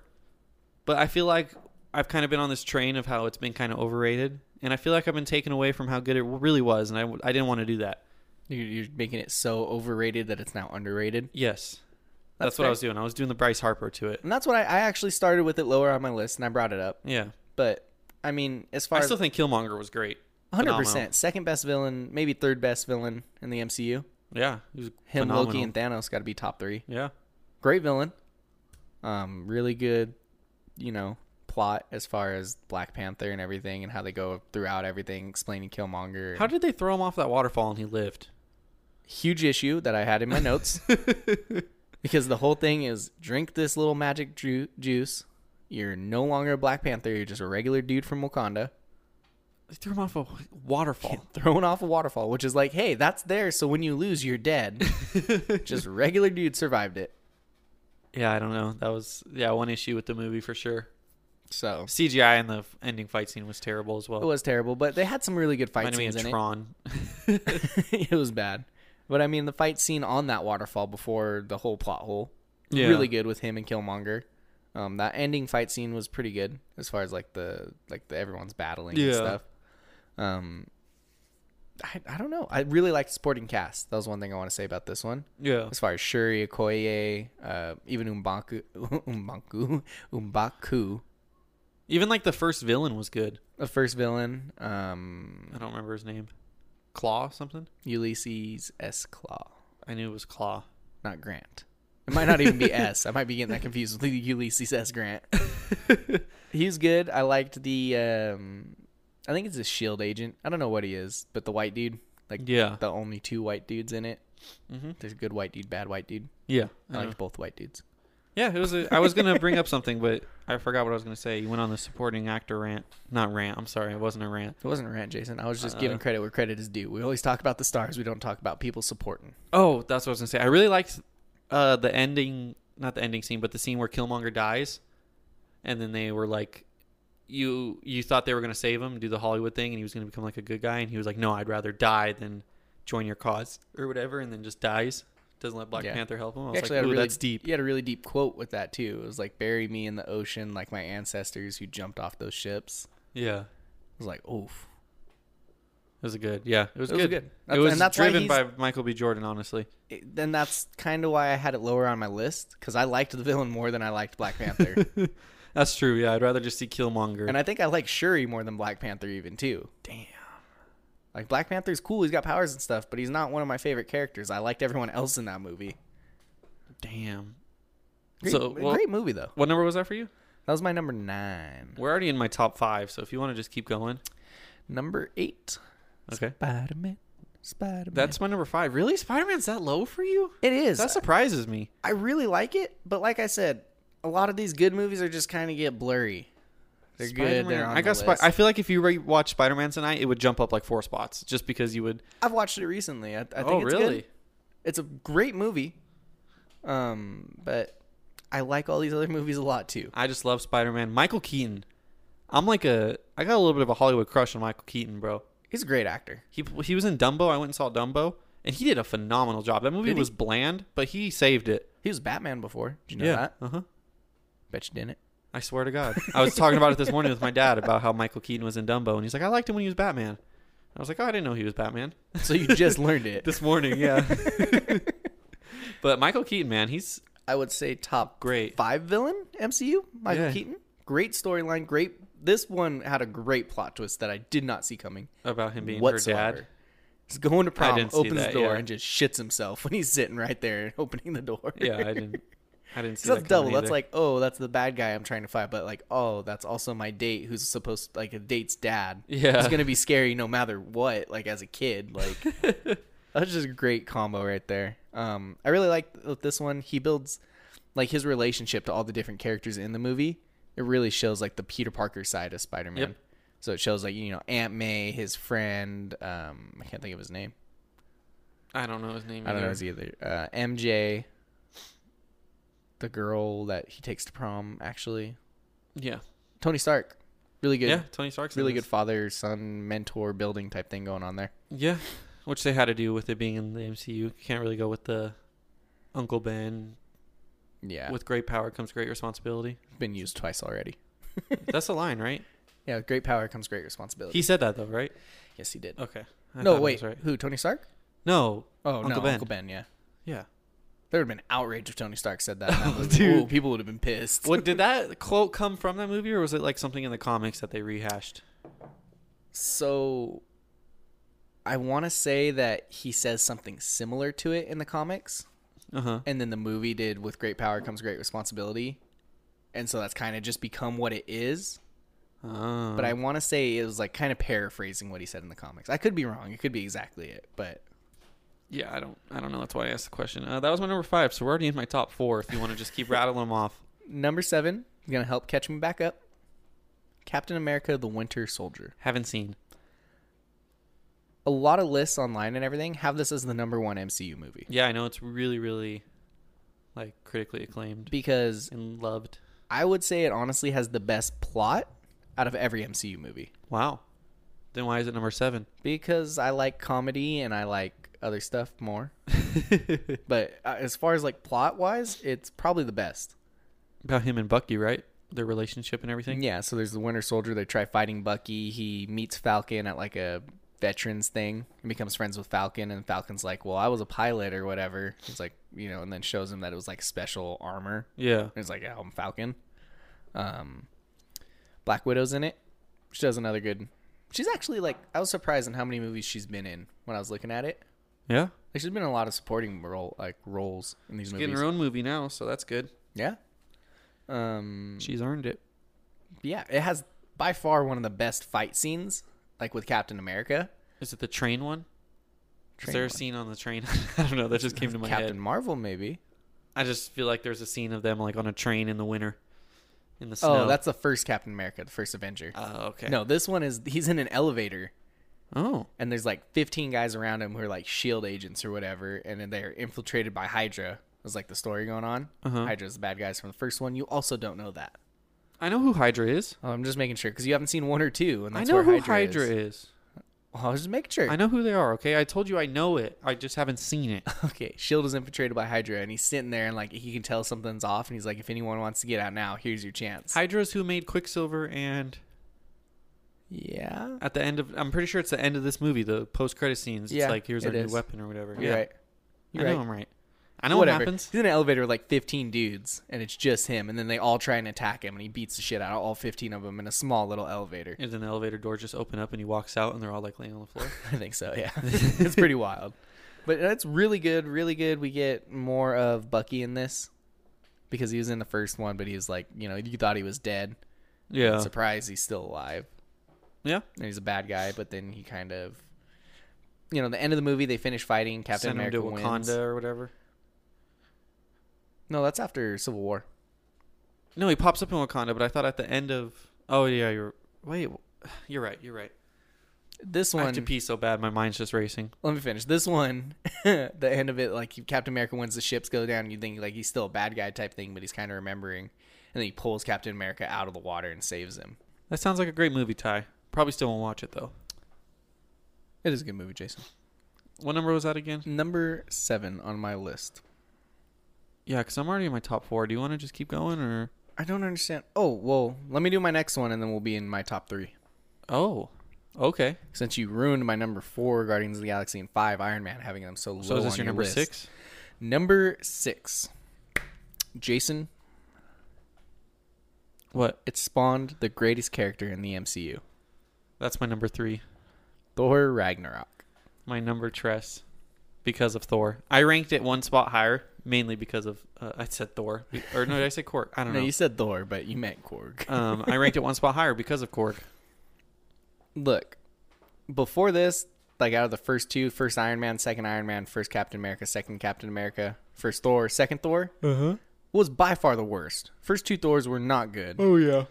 but I feel like I've kind of been on this train of how it's been kind of overrated, and I feel like I've been taken away from how good it really was, and I, w- I didn't want to do that. You're, you're making it so overrated that it's now underrated. Yes, That's that's Mm-hmm. what fair. I was doing. I was doing the Bryce Harper to it. And that's what I, I actually started with it lower on my list and I brought it up. Yeah, But I mean, as far I as still think Killmonger was great. 100% Phenomenal. second best villain, maybe third best villain in the MCU. Yeah, he was Him, phenomenal. Loki, and Thanos got to be top three. yeah, Great villain. Um, really good, you know, plot as far as Black Panther and everything and how they go throughout everything, explaining Killmonger. How did they throw him off that waterfall and he lived? huge issue that I had in my notes. because the whole thing is drink this little magic ju- juice. You're no longer *laughs* a Black Panther. You're just a regular dude from Wakanda. They threw him off a waterfall. Thrown off a waterfall, which is like, hey, that's there. So when you lose, you're dead. just regular dude survived it. *laughs* Yeah, I don't know. That was yeah one issue with the movie for sure. So *laughs* CGI in the ending fight scene was terrible as well. It was terrible, but they had some really good fight Reminded me scenes of *laughs* in Tron. it. it was bad, but I mean the fight scene on that waterfall before the whole plot hole, Yeah. really good with him and Killmonger. Um, that ending fight scene was pretty good as far as like the like the everyone's battling and Yeah. stuff. Um, I, I don't know. I really liked supporting cast. That was one thing I want to say about this one. Yeah. As far as Shuri, Okoye, uh, even Umbaku, *laughs* Umbaku, Umbaku, Even like the first villain was good. the first villain. Um, I don't remember his name. Claw something. Ulysses S. Claw, I knew it was Claw. not Grant. It might not even be S. I might be getting that confused with *laughs* Ulysses S. Grant. He's good. I liked the. Um, I think it's a shield agent. I don't know what he is, but the white dude, like Yeah. the only two white dudes in it. Mhm. There's a good white dude, bad white dude. Yeah, I, I liked know. both white dudes. Yeah, it was. A, I was gonna bring up something, but I forgot what I was gonna say. You went on the supporting actor rant. Not rant. I'm sorry. It wasn't a rant. It wasn't a rant, Jason. I was just giving credit where credit is due. We always talk about the stars. We don't talk about people supporting. Oh, that's what I was gonna say. I really liked uh, the ending, not the ending scene, but the scene where Killmonger dies, and then they were like, "You, you thought they were gonna save him, do the Hollywood thing, and he was gonna become like a good guy." And he was like, "No, I'd rather die than join your cause or whatever," and then just dies. Doesn't let Black Yeah. Panther help him. I He was like, actually had "Ooh, a really, that's deep." He had a really deep quote with that too. It was like, "Bury me in the ocean like my ancestors who jumped off those ships." Yeah, it I was like, "Oof." was a good. Yeah, it was, It was good. good. It That's- was and that's why driven by he's- Michael B. Jordan, honestly. It- then that's kind of why I had it lower on my list because I liked the villain more than I liked Black Panther, That's true. Yeah, I'd rather just see Killmonger. and I think I like Shuri more than Black Panther even too. Damn. Like Black Panther's cool. He's got powers and stuff, but he's not one of my favorite characters. I liked everyone else in that movie. Damn. Great, So, well- great movie though. What number was that for you? That was my number nine. We're already in my top five, so if you want to just keep going, Number eight. okay. Spider Man. Spider Man. That's my number five. Really, Spider Man's that low for you? it is. That surprises me. I really like it, but like I said, a lot of these good movies are just kind of get blurry. They're good. They're on I got. the Spi- list. I feel like if you rewatch Spider Man tonight, it would jump up like four spots, just because you would. I've watched it recently. I, I think oh, it's really? good. It's a great movie. Um, but I like all these other *laughs* movies a lot too. I just love Spider Man. Michael Keaton. I'm like a. I got a little bit of a Hollywood crush on Michael Keaton, bro. He's a great actor. He he was in Dumbo. I went and saw Dumbo, and he did a phenomenal job. That movie Did he? was bland, but he saved it. He was Batman before. Did you know that? Uh huh. Bet you didn't. I swear to God. I was talking about it this morning with my dad about how Michael Keaton was in Dumbo, and he's like, I liked him when he was Batman. I was like, oh, I didn't know he was Batman. *laughs* So you just learned it. this morning, *laughs* yeah. but Michael Keaton, man, he's I would say top Great. five villain MCU. Michael Yeah. Keaton. Great storyline. Great. This one had a great plot twist that I did not see coming. about him being her whatsoever. dad. He's going to prom, didn't see opens that, the door, yeah. and just shits himself when he's sitting right there *laughs* and opening the door. Yeah, I didn't. I *laughs* didn't see So that's that double. coming That's either. like, oh, that's the bad guy I'm trying to fight, but like, oh, that's also my date who's supposed like a date's dad. Yeah. It's gonna be scary no matter what, like as a kid. Like *laughs* that's just a great combo right there. Um I really like with this one. He builds like his relationship to all the different characters in the movie. It really shows like the Peter Parker side of Spider Man. Yep. So it shows like, you know, Aunt May, his friend, um I can't think of his name. I don't know his name. I don't either. know his either. Uh, MJ, the girl that he takes to prom, actually. Yeah, Tony Stark, really good. yeah. Tony Stark's in really this. good father son mentor building type thing going on there. Yeah, which they had to do with it being in the MCU. You can't really go with the Uncle Ben. Yeah, With great power comes great responsibility. been used twice already. That's the line, right? Yeah, with great power comes great responsibility. He said that though, right? yes, he did. Okay. I thought no, it wait, was right. who? Tony Stark? No. Oh no, Uncle Ben. Uncle Ben. Yeah, *laughs* Yeah. there would have been outrage if Tony Stark said that. in that movie. dude. Ooh, people would have been pissed. What did that quote come from that movie, or was it like something in the comics that they rehashed? So I want to say that he says something similar to it in the comics. Uh huh. and then the movie did with great power comes great responsibility and so that's kind of just become what it is Oh. but i want to say it was like kind of paraphrasing what he said in the comics i could be wrong it could be exactly it but Yeah, I don't. I don't know. That's why I asked the question. Uh, that was my number five. So we're already in my top four. If you want to just *laughs* keep rattling them off. Number seven is gonna help catch me back up. Captain America: The Winter Soldier. Haven't seen. A lot of lists online and everything have this as the number one MCU movie. Yeah, I know it's really, really, like critically acclaimed because and loved. I would say it honestly has the best plot out of every MCU movie. Wow. Then why is it number seven? Because I like comedy and I like other stuff more. but uh, as far as like plot wise, it's probably the best. About him and Bucky, right? Their relationship and everything. Yeah. So there's the Winter Soldier. They try fighting Bucky. He meets Falcon at like a veterans thing and becomes friends with Falcon. And Falcon's like, "Well, I was a pilot or whatever." It's like you know, and then shows him that it was like special armor. Yeah. And it's like, "Yeah, I'm Falcon." Um, Black Widow's in it. She does another good. She's actually like I was surprised in how many movies she's been in when I was looking at it. Yeah, like she's been in a lot of supporting role like roles in these she's movies. Getting her own movie now, so that's good. Yeah, um, she's earned it. Yeah, it has by far one of the best fight scenes, like with Captain America. Is it the train one? Train Is there one. a scene on the train? *laughs* I don't know. That just came to my Captain head. Captain Marvel, maybe. I just feel like there's a scene of them like on a train in the winter. In the snow. Oh, that's the first Captain America, the first Avenger. Oh, uh, okay. No, this one is he's in an elevator. Oh. And there's like 15 guys around him who are like shield agents or whatever, and then they're infiltrated by Hydra. Is like the story going on. Uh-huh. Hydra's the bad guys from the first one. You also don't know that. I know who Hydra is. Oh, I'm just making sure because you haven't seen one or two, and I that's know where who Hydra, Hydra is. is. Well, I was just making sure. I know who they are. Okay, I told you I know it. I just haven't seen it. *laughs* Okay, Shield is infiltrated by Hydra, and he's sitting there, and like he can tell something's off, and he's like, "If anyone wants to get out now, here's your chance." Hydra's who made Quicksilver and yeah, at the end of I'm pretty sure it's the end of this movie, the post credit scenes. Yeah, it's like here's our it is. new weapon or whatever. You're yeah. right. You're I know right. I'm right. I know Whatever. what happens. He's in an elevator with like 15 dudes, and it's just him, and then they all try and attack him, and he beats the shit out of all 15 of them in a small little elevator. And then the elevator door just open up and he walks out and they're all like laying on the *laughs* floor. I think so. Yeah, it's pretty wild, but that's really good. Really good. We get more of Bucky in this because he was in the first one, but he was like, you know, you thought he was dead. yeah. Surprise, he's still alive. Yeah. And he's a bad guy, but then he kind of, you know, the end of the movie they finish fighting. Captain Send him America to Wakanda wins. or whatever. No, that's after Civil War. No, he pops up in Wakanda, but I thought at the end of Oh yeah, you're wait *sighs* you're right, you're right. This I one, have to pee so bad my mind's just racing. let me finish. This one, *laughs* the end of it, like Captain America wins, the ships go down. And you think like he's still a bad guy type thing, but he's kind of remembering, and then he pulls Captain America out of the water and saves him. That sounds like a great movie, Ty. Probably still won't watch it though. It is a good movie, Jason. What number was that again? Number seven on my list. Yeah, because I'm already in my top four. Do you want to just keep going or? I don't understand. Oh, well, let me do my next one, and then we'll be in my top three. Oh, okay. Since you ruined my number four, Guardians of the Galaxy, and five, Iron Man, having them so low So is this on your number list. six? Number six, Jason. What? It spawned the greatest character in the MCU, That's my number three. Thor Ragnarok. My number Tress, because of Thor. I ranked it one spot higher, mainly because of uh, I said Thor Be- or no, did I say Korg? I don't No, know. you said Thor, but you meant Korg. um, I ranked it one spot higher because of Korg. Look, before this, like out of the first two, first Iron Man, second Iron Man, first Captain America, second Captain America, first Thor, second Thor, Uh huh. was by far the worst. First two Thors were not good. Oh yeah.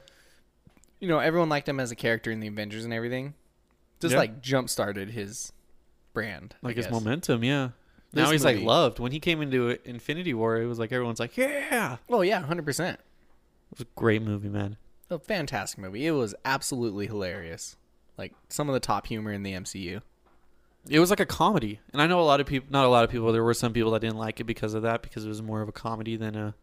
You know, everyone liked him as a character in the Avengers and everything. Just Yeah. like jump started his brand. I Like his guess. momentum, yeah. This now he's like movie- loved. When he came into Infinity War, it was like everyone's like, yeah. Oh yeah, hundred percent. It was a great movie, man. A fantastic movie. It was absolutely hilarious. Like some of the top humor in the MCU. It was like a comedy, and I know a lot of people. Not a lot of people. There were some people that didn't like it because of that, because it was more of a comedy than a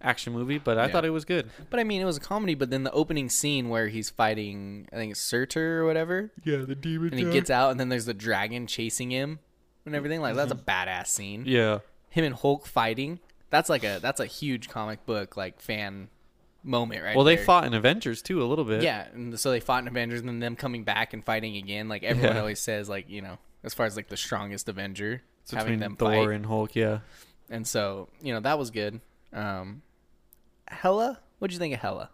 action movie. But I Yeah. thought it was good. But I mean, it was a comedy. But then the opening scene where he's fighting, I think it's Surtur or whatever, Yeah, the demon. and he gets out, and then there's the dragon chasing him and everything. Like that's a badass scene. Yeah, Him and Hulk fighting. That's like a that's a huge comic book like fan moment, right? well, they there. fought in Avengers too a little bit. Yeah, and so they fought in Avengers, and then them coming back and fighting again. Like everyone Yeah. always says, like you know, as far as like the strongest Avenger, It's having between them Thor fight, and Hulk. Yeah, and so you know that was good. Um, Hella, what'd you think of Hella?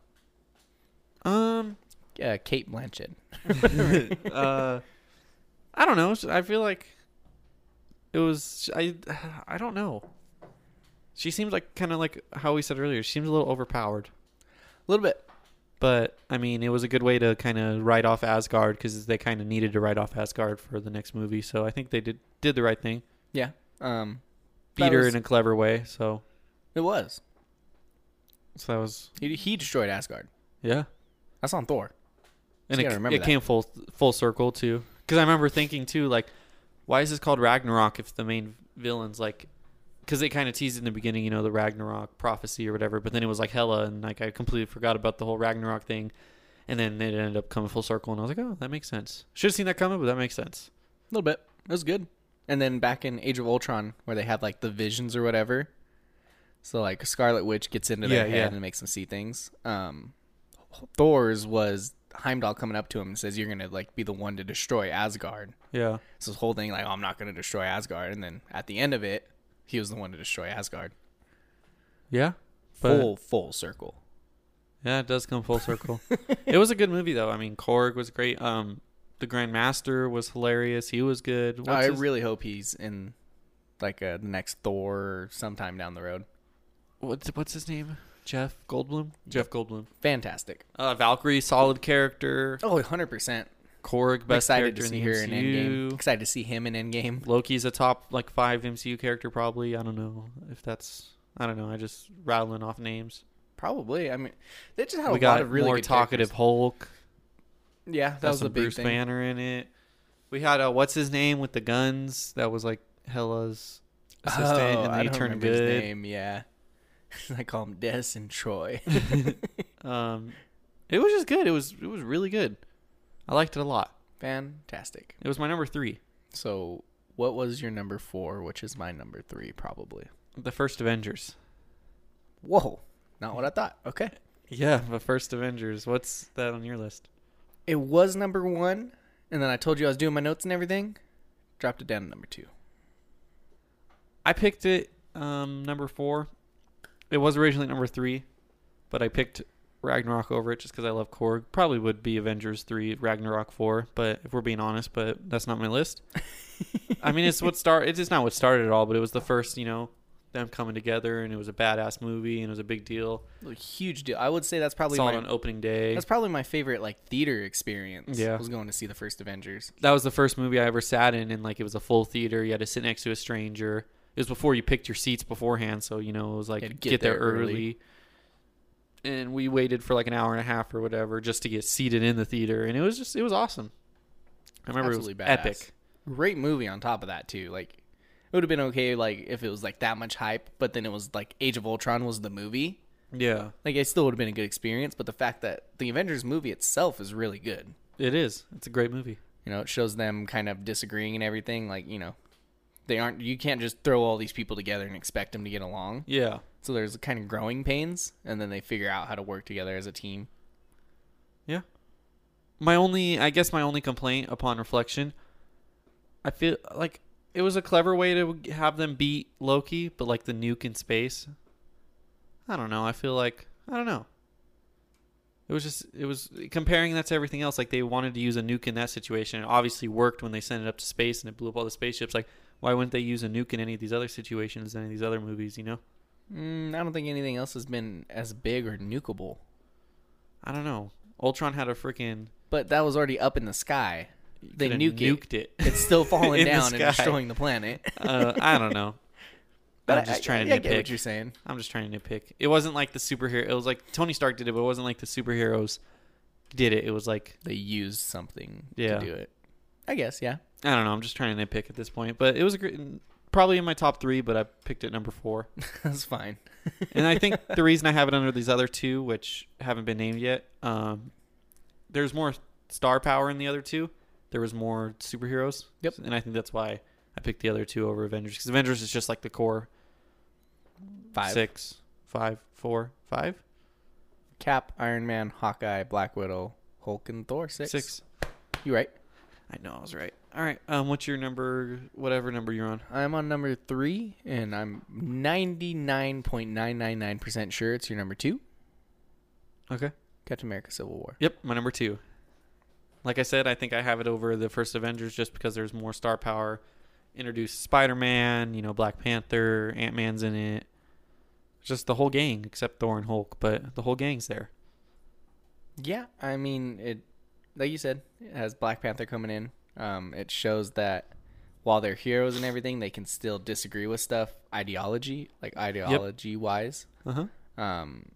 um, Uh, Kate Blanchett. uh, I don't know. I feel like It was I *sighs* I don't know. She seems like kind of like how we said earlier. She seems a little overpowered. A little bit. But I mean, it was a good way to kind of write off Asgard because they kind of needed to write off Asgard for the next movie. So I think they did did the right thing. Yeah. Um, beat that her was- in a clever way. So It was. so that was He, he destroyed Asgard. yeah. That's on Thor. and You it, gotta remember it that. came full full circle too. Because I remember thinking too, like, why is this called Ragnarok if the main villain's like, because they kind of teased in the beginning, you know, the Ragnarok prophecy or whatever. But then it was like Hella, and like I completely forgot about the whole Ragnarok thing, and then it ended up coming full circle, and I was like, oh, that makes sense. Should have seen that coming, but that makes sense. A little bit. It was good. And then back in Age of Ultron, where they have like the visions or whatever. So like Scarlet Witch gets into their Yeah, head yeah. and makes them see things. Um, Thor's was Heimdall coming up to him and says, "You're gonna like be the one to destroy Asgard." Yeah, It's this whole thing like, "Oh, I'm not gonna destroy Asgard," and then at the end of it, he was the one to destroy Asgard. yeah, full full circle. Yeah, it does come full *laughs* circle. it was a good movie though. I mean, Korg was great. Um, the Grand Master was hilarious. He was good. What's I his- really hope he's in like uh, the next Thor or sometime down the road. what's what's his name? Jeff Goldblum. Jeff Goldblum. Fantastic. Uh, Valkyrie, solid character. Oh, 100%. Korg, I'm best excited character to see in the her in MCU. Endgame. Excited to see him in Endgame. Loki's a top like five MCU character probably. I don't know if that's. I don't know. I just rattling off names. Probably. I mean, they just had we a got lot of really more good talkative characters. Hulk. Yeah, that Got was the some big Bruce thing. Banner in it. We had uh, what's his name with the guns? That was like Hella's assistant, oh, and I then he don't turned remember his good. name. Yeah, *laughs* I call him Des and Troy. *laughs* Um, it was just good. It was it was really good. I liked it a lot. Fantastic. It was my number three, So, what was your number four? Which is my number three, probably. the first Avengers. Whoa, not what I thought. Okay. Yeah, the first Avengers. What's that on your list? It was number one, and then I told you I was doing my notes and everything. Dropped it down to number two. I picked it um, number four. It was originally number three, but I picked Ragnarok over it just because I love Korg. Probably would be Avengers three, Ragnarok four, but if we're being honest, but that's not my list. I mean, it's what start. It's just not what started it all, but it was the first, you know, them coming together, and it was a badass movie, and it was a big deal. A huge deal. I would say that's probably Saw my, it on opening day. that's probably my favorite like theater experience. Yeah. was going to see the first Avengers. that was the first movie I ever sat in, and like it was a full theater. You had to sit next to a stranger. It was before you picked your seats beforehand, so you know it was like You had get, to get there, there early. early. And we waited for like an hour and a half or whatever just to get seated in the theater, and it was just it was awesome. I remember it was badass. epic. Great movie on top of that too. Like it would have been okay like if it was like that much hype, but then it was like Age of Ultron was the movie. Yeah, Like it still would have been a good experience, but the fact that the Avengers movie itself is really good. it is. It's a great movie. You know, it shows them kind of disagreeing and everything. Like you know, they aren't. You can't just throw all these people together and expect them to get along. Yeah, So there's kind of growing pains, and then they figure out how to work together as a team. yeah. My only, I guess, my only complaint upon reflection, I feel like it was a clever way to have them beat Loki, but like the nuke in space. I don't know. I feel like I don't know. It was just it was comparing that to everything else. Like they wanted to use a nuke in that situation. It obviously worked when they sent it up to space and it blew up all the spaceships. Like why wouldn't they use a nuke in any of these other situations, any of these other movies? You know, Mm, I don't think anything else has been as big or nukeable. I don't know. Ultron had a freaking But that was already up in the sky. They coulda nuke nuked it. it. It's *laughs* still falling In the down and sky. destroying the planet. uh, I don't know. *laughs* But I'm just I- trying to I, nitpick. I get what you're saying. I'm just trying to nitpick. It wasn't like the superhero. It was like Tony Stark did it, but it wasn't like the superheroes did it. It was like They used something Yeah. to do it. I guess, yeah. I don't know. I'm just trying to nitpick at this point, but it was a great, probably in my top three, but I picked it number four. *laughs* That's fine. *laughs* and I *laughs* think the reason I have it under these other two, which haven't been named yet, um, there's more star power in the other two. There was more superheroes. Yep. And I think that's why I picked the other two over Avengers because Avengers is just like the core Five. six, five, four, five, Cap, Iron Man, Hawkeye, Black Widow, Hulk, and Thor. Six. six. You right? I know I was right. All right. Um, what's your number? Whatever number you're on. I'm on number three, and I'm 99.999% sure it's your number two. Okay. Captain America: Civil War. Yep, my number two. Like I said, I think I have it over the first Avengers just because there's more star power introduced Spider Man, you know, Black Panther, Ant Man's in it. Just the whole gang, except Thor and Hulk, but the whole gang's there. Yeah, I mean it like you said, it has Black Panther coming in. Um, it shows that while they're heroes and everything, they can still disagree with stuff ideology, like ideology wise. Uh-huh. Um,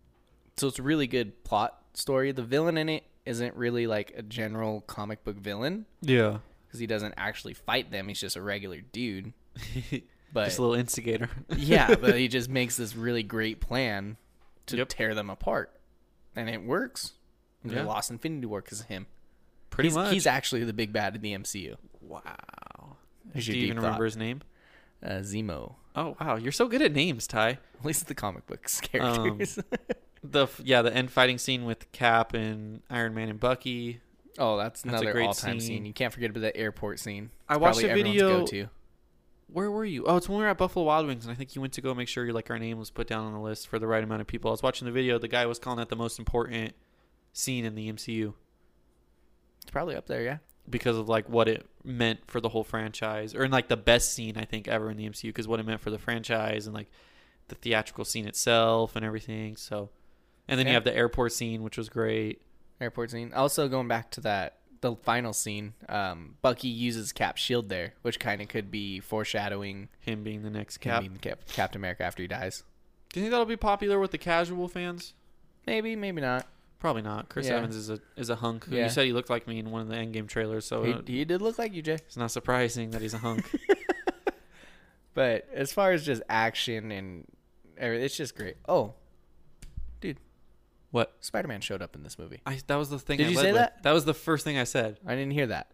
so it's a really good plot story. The villain in it isn't really like a general comic book villain. Yeah. Because he doesn't actually fight them. He's just a regular dude. But Just a little instigator. yeah, but *laughs* he just makes this really great plan to tear them apart, and it works. And They Yeah. lost Infinity War because of him. Pretty he's, much. he's actually the big bad in the MCU. Wow. Here's Do your you deep even remember thought. his name? Uh, Zemo, Oh wow, you're so good at names, Ty. at least the comic *laughs* books Um, characters. the f- yeah, the end fighting scene with Cap and Iron Man and Bucky. oh, that's, that's a another great all-time scene. scene. You can't forget about that airport scene. I watched probably a everyone's video- go-to. Where were you? Oh, it's when we were at Buffalo Wild Wings, and I think you went to go make sure your like our name was put down on the list for the right amount of people. I was watching the video. The guy was calling that the most important scene in the MCU It's probably up there, yeah. because of like what it meant for the whole franchise, or in like the best scene I think ever in the MCU because what it meant for the franchise and like the theatrical scene itself and everything. So, and then Yeah. you have the airport scene, which was great. Airport scene. Also, going back to that, the final scene, um, Bucky uses Cap's shield there, which kind of could be foreshadowing Him being the next him Cap. being Cap- Captain America after he dies. Do you think that'll be popular with the casual fans? Maybe, maybe not. Probably not. Chris Yeah. Evans is a is a hunk. who Yeah. You said he looked like me in one of the Endgame trailers, so uh, He, he did look like E you, Jay. it's not surprising that he's a *laughs* hunk. But as far as just action and everything, it's just great. Oh, dude, what? Spider Man showed up in this movie. I that was the thing. Did I you led say with. that? That was the first thing I said. *laughs* I didn't hear that.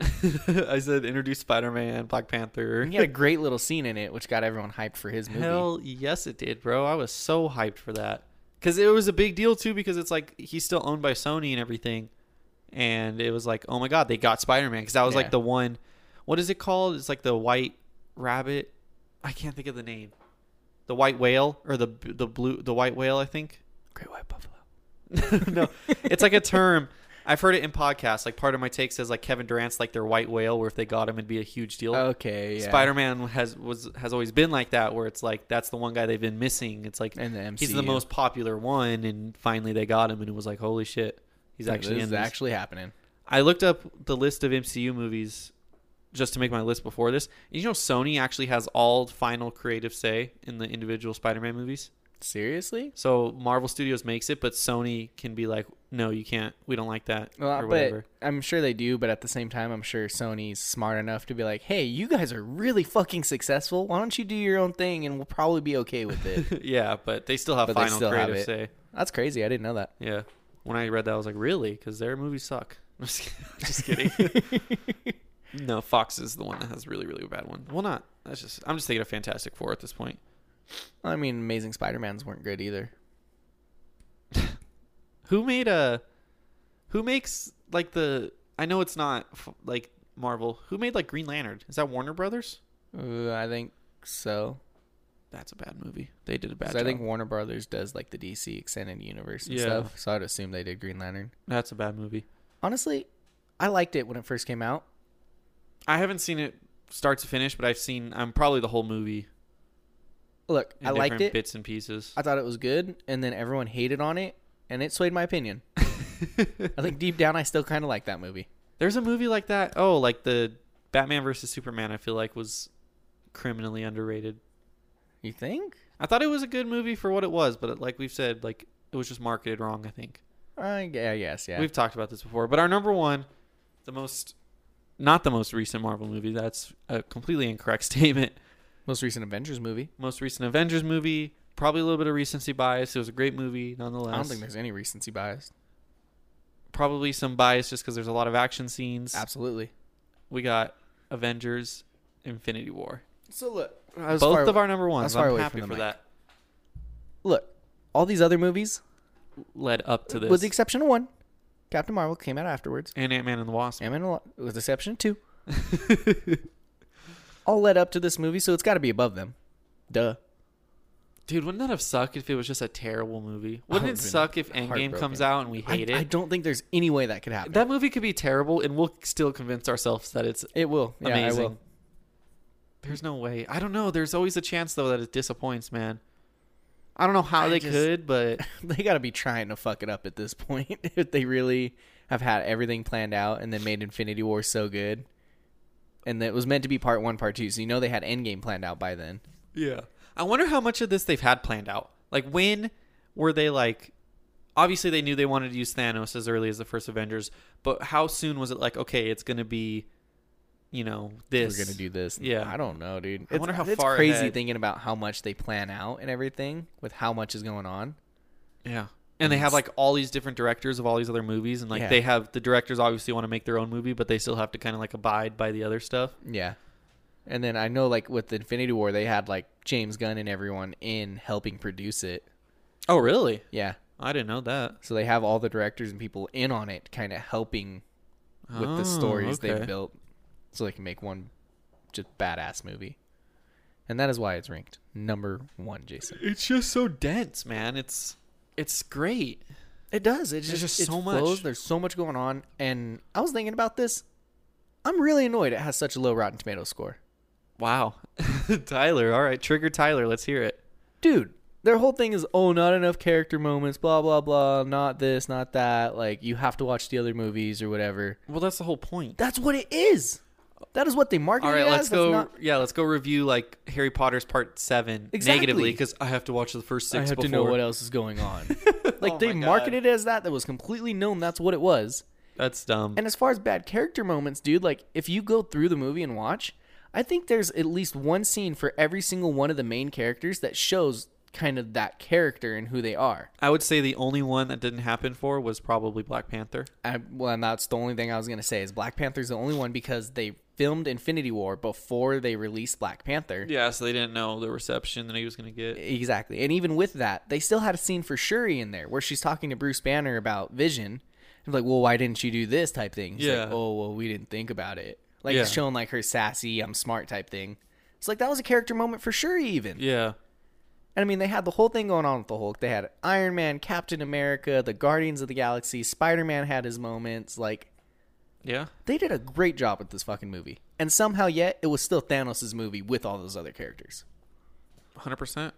*laughs* I said introduce Spider Man, Black Panther. *laughs* He had a great little scene in it, which got everyone hyped for his movie. Hell yes, it did, bro. I was so hyped for that because it was a big deal too. Because it's like he's still owned by Sony and everything, and it was like, oh my god, they got Spider Man because that was Yeah. like the one. What is it called? It's like the White Rabbit. I can't think of the name. The White Whale or the the blue the White Whale, I think. Great White Buffalo. no, *laughs* it's like a term. I've heard it in podcasts. Like part of my take says like Kevin Durant's like their white whale, where if they got him, it'd be a huge deal. Okay, yeah. Spider Man has was has always been like that, where it's like that's the one guy they've been missing. It's like In the he's the MCU. most popular one, and finally they got him, and it was like holy shit, he's Like, actually this in is this. actually happening. I looked up the list of MCU movies just to make my list before this. And you know, Sony actually has all final creative say in the individual Spider Man movies. Seriously? So Marvel Studios makes it, but Sony can be like, no, you can't. We don't like that Well, or but whatever. *laughs* I'm sure they do, but at the same time, I'm sure Sony's smart enough to be like, hey, you guys are really fucking successful. Why don't you do your own thing and we'll probably be okay with *laughs* it? yeah, but they still have but they final still have creative it. say. That's crazy. I didn't know that. Yeah. When I read that, I was like, really? Because their movies suck. *laughs* I'm just kidding. just kidding. *laughs* no, Fox is the one that has really, really bad one. Well, not. That's just. I'm just thinking of Fantastic Four at this point. I mean, Amazing Spider-Mans weren't good either. Who made a? Who makes like the? I know it's not f- like Marvel. Who made like Green Lantern? Is that Warner Brothers? Uh, I think so. That's a bad movie. They did a bad. 'Cause job. I think Warner Brothers does like the DC extended universe and Yeah. stuff. So I'd assume they did Green Lantern. that's a bad movie. Honestly, I liked it when it first came out. I haven't seen it start to finish, but I've seen. I'm probably the whole movie. Look, In I liked different it. Bits and pieces. I thought it was good, and then everyone hated on it, and it swayed my *laughs* opinion. I think deep down, I still kind of like that movie. There's a movie like that. Oh, like the Batman versus Superman. I feel like was criminally underrated. You think? I thought it was a good movie for what it was, but like we've said, like it was just marketed wrong. I think. I gue- I guess, Uh, yeah. We've talked about this before, but our number one, the most, not the most recent Marvel movie. That's a completely incorrect *laughs* statement. Most recent Avengers movie. Most recent Avengers movie, probably a little bit of recency bias. It was a great movie, nonetheless. I don't think there's any recency bias. probably some bias just because there's a lot of action scenes. Absolutely. We got Avengers, Infinity War. So look, Both of our number ones. That's far I'm away happy from for the mic. that. Look, all these other movies, Led up to this. with the exception of one, Captain Marvel came out afterwards. and Ant Man and the Wasp. Am I not- with the exception *laughs* of two, all led up to this movie, so it's got to be above them. Duh. Dude, wouldn't that have sucked if it was just a terrible movie? Wouldn't it would've been suck if Endgame comes heartbroken. out and we hate I, it? I don't think there's any way that could happen. that movie could be terrible, and we'll still convince ourselves that it's it will. Yeah, I amazing. will. There's no way. I don't know. There's always a chance though that it disappoints, man. I don't know how I they just, could, but *laughs* they got to be trying to fuck it up at this point. *laughs* if they really have had everything planned out and then made Infinity War so good, and that was meant to be part one, part two, so you know they had Endgame planned out by then. Yeah, I wonder how much of this they've had planned out. Like when were they like? Obviously, they knew they wanted to use Thanos as early as the first Avengers, but how soon was it like? Okay, it's gonna be you know this. We're gonna do this. Yeah, I don't know, dude. I it's, wonder how it's far. crazy ahead. thinking about how much they plan out and everything with how much is going on. Yeah, and they have like all these different directors of all these other movies, and like Yeah. they have the directors obviously want to make their own movie, but they still have to kind of like abide by the other stuff. Yeah, and then I know like with Infinity War, they had like James Gunn and everyone in helping produce it. Oh, really? Yeah, I didn't know that. so they have all the directors and people in on it, kind of helping with Oh, the stories okay. they've built, so they can make one just badass movie. And that is why it's ranked number one, Jason. It's just so dense, man. It's it's great. It does. It's There's just, just it so much. flows. There's so much going on, and I was thinking about this. I'm really annoyed it has such a low Rotten Tomato score, Wow, *laughs* Tyler. All right, trigger Tyler. Let's hear it. dude. Their whole thing is oh, not enough character moments, blah blah blah, not this, not that. Like you have to watch the other movies or whatever. Well, that's the whole point. That's what it is. That is what they market. All it right, as. let's That's go. not- yeah, let's go review like Harry Potter's Part Seven Exactly. negatively because I have to watch the first I six. have before. to know what else is *laughs* going on. like Oh they my God. marketed it as that. That was completely known. That's what it was. That's dumb. And as far as bad character moments, dude, like if you go through the movie and watch, I think there's at least one scene for every single one of the main characters that shows kind of that character and who they are. I would say the only one that didn't happen for was probably Black Panther. I, well, and that's the only thing I was gonna say is Black Panther's the only one because they filmed Infinity War before they released Black Panther. Yeah, so they didn't know the reception that he was going to get. Exactly. And even with that, they still had a scene for Shuri in there where she's talking to Bruce Banner about Vision. And like, well, why didn't you do this type thing? He's Yeah. Like, oh, well, we didn't think about it. Like, Yeah. it's showing like her sassy, I'm smart type thing. It's like that was a character moment for Shuri, even. Yeah. And I mean, they had the whole thing going on with the Hulk. They had Iron Man, Captain America, the Guardians of the Galaxy, Spider Man had his moments. Like, Yeah. they did a great job with this fucking movie. And somehow, yet, it was still Thanos' movie with all those other characters. 100%.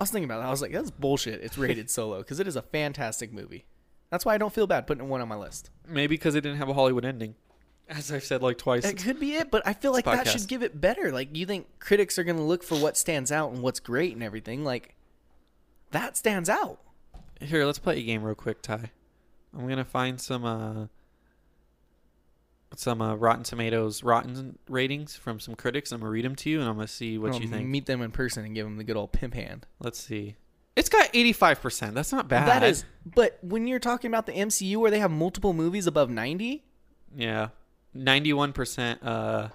I was thinking about that. I was like, that's bullshit. It's rated solo because it is a fantastic movie. That's why I don't feel bad putting one on my list. Maybe because it didn't have a Hollywood ending. As I've said like twice. That could be it, but I feel like that podcast. should give it better. Like, you think critics are going to look for what stands out and what's great and everything. Like, that stands out. Here, let's play a game real quick, Ty. I'm going to find some uh some uh, Rotten Tomatoes rotten ratings from some critics. I'm going to read them to you and I'm going to see what I'll you think. Meet them in person and give them the good old pimp hand. Let's see. It's got 85%. That's not bad. That is, but when you're talking about the MCU where they have multiple movies above 90, Yeah. 91% uh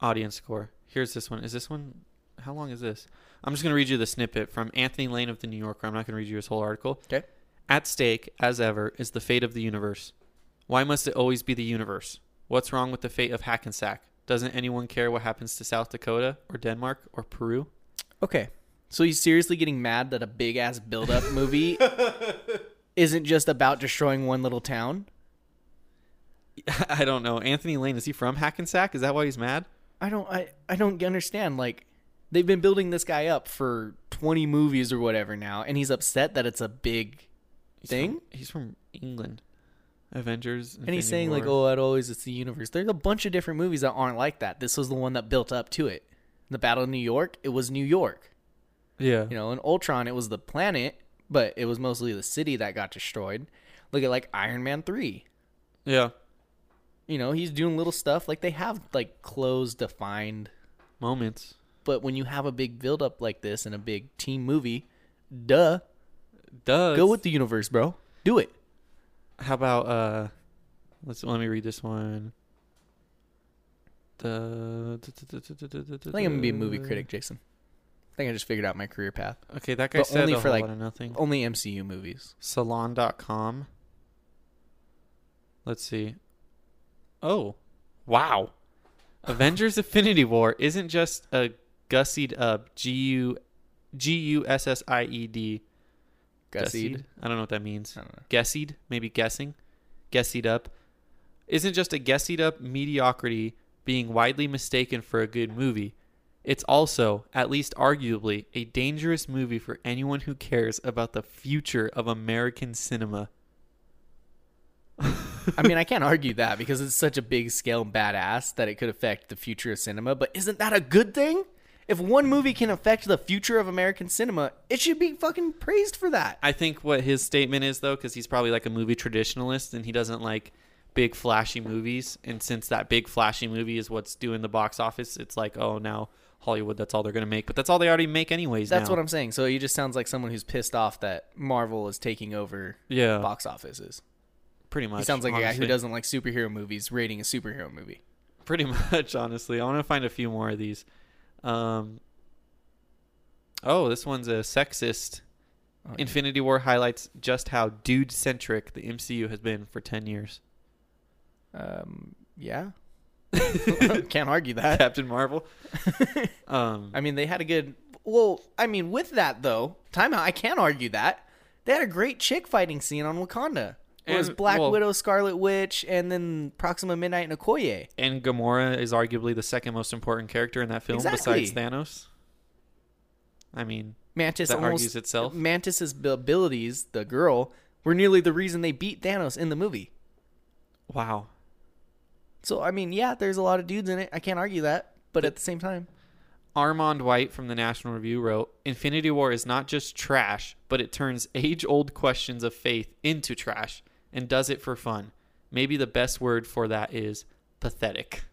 audience score. Here's this one. Is this one how long is this? I'm just going to read you the snippet from Anthony Lane of the New Yorker. I'm not going to read you his whole article. Okay. At stake, as ever, is the fate of the universe. Why must it always be the universe? What's wrong with the fate of Hackensack? Doesn't anyone care what happens to South Dakota or Denmark or Peru? *laughs* Okay. So he's seriously getting mad that a big ass build up *laughs* movie isn't just about destroying one little town? I don't know. Anthony Lane, is he from Hackensack? Is that why he's mad? I don't I, I don't understand. Like they've been building this guy up for twenty movies or whatever now, and he's upset that it's a big thing? He's from England. Avengers. and he's saying like, Oh, it always it's the universe. There's a bunch of different movies that aren't like that. This was the one that built up to it. The Battle of New York, it was New York. yeah. oh, You know, in Ultron it was the planet, but it was mostly the city that got destroyed. Look at like Iron Man three. Yeah. you know he's doing little stuff like they have like clothes defined Moments. but when you have a big build up like this in a big team movie duh Does go with the universe bro do it how about uh let's let me read this one. The i think i'm gonna be a movie critic jason i think i just figured out my career path Okay, that guy But said only a for, whole like, lot of nothing. only mcu movies Salon.com. Let's see. Oh, wow! *laughs* Avengers: Affinity War isn't just a gussied up G U G U S S I E D gussied Gussied? I don't know what that means. I don't know. Guessied, maybe guessing. Guessied up. Isn't just a guessied up mediocrity being widely mistaken for a good movie, it's also, at least arguably, a dangerous movie for anyone who cares about the future of American cinema. I mean, I can't argue that because it's such a big scale badass that it could affect the future of cinema, but isn't that a good thing? If one movie can affect the future of American cinema, it should be fucking praised for that. I think what his statement is though cuz he's probably like a movie traditionalist and he doesn't like big flashy movies and since that big flashy movie is what's doing the box office, it's like, "Oh, now Hollywood, that's all they're going to make." But that's all they already make anyways That's now. what I'm saying. So he just sounds like someone who's pissed off that Marvel is taking over Yeah. box offices. pretty much. he sounds like a guy who honestly. doesn't like superhero movies rating a superhero movie. *laughs* pretty much honestly i want to find a few more of these um oh this one's a sexist Oh, yeah. infinity war highlights just how dude centric the mcu has been for 10 years *laughs* Um, yeah. *laughs* Can't argue that. captain *laughs* marvel um I mean, they had a good. Well, I mean, with that though, timeout. I can't argue that they had a great chick fighting scene on Wakanda. It was And- Black well- Widow, Scarlet Witch, and then Proxima Midnight and Okoye. and gamora is arguably the second most important character in that film besides Exactly. thanos i mean Mantis that almost argues itself Mantis's b- abilities, the girl, were nearly the reason they beat Thanos in the movie. wow So I mean, yeah, there's a lot of dudes in it. I can't argue that. But at the same time, Armand White from the National Review wrote Infinity War is not just trash, but it turns age old questions of faith into trash and does it for fun. Maybe the best word for that is pathetic.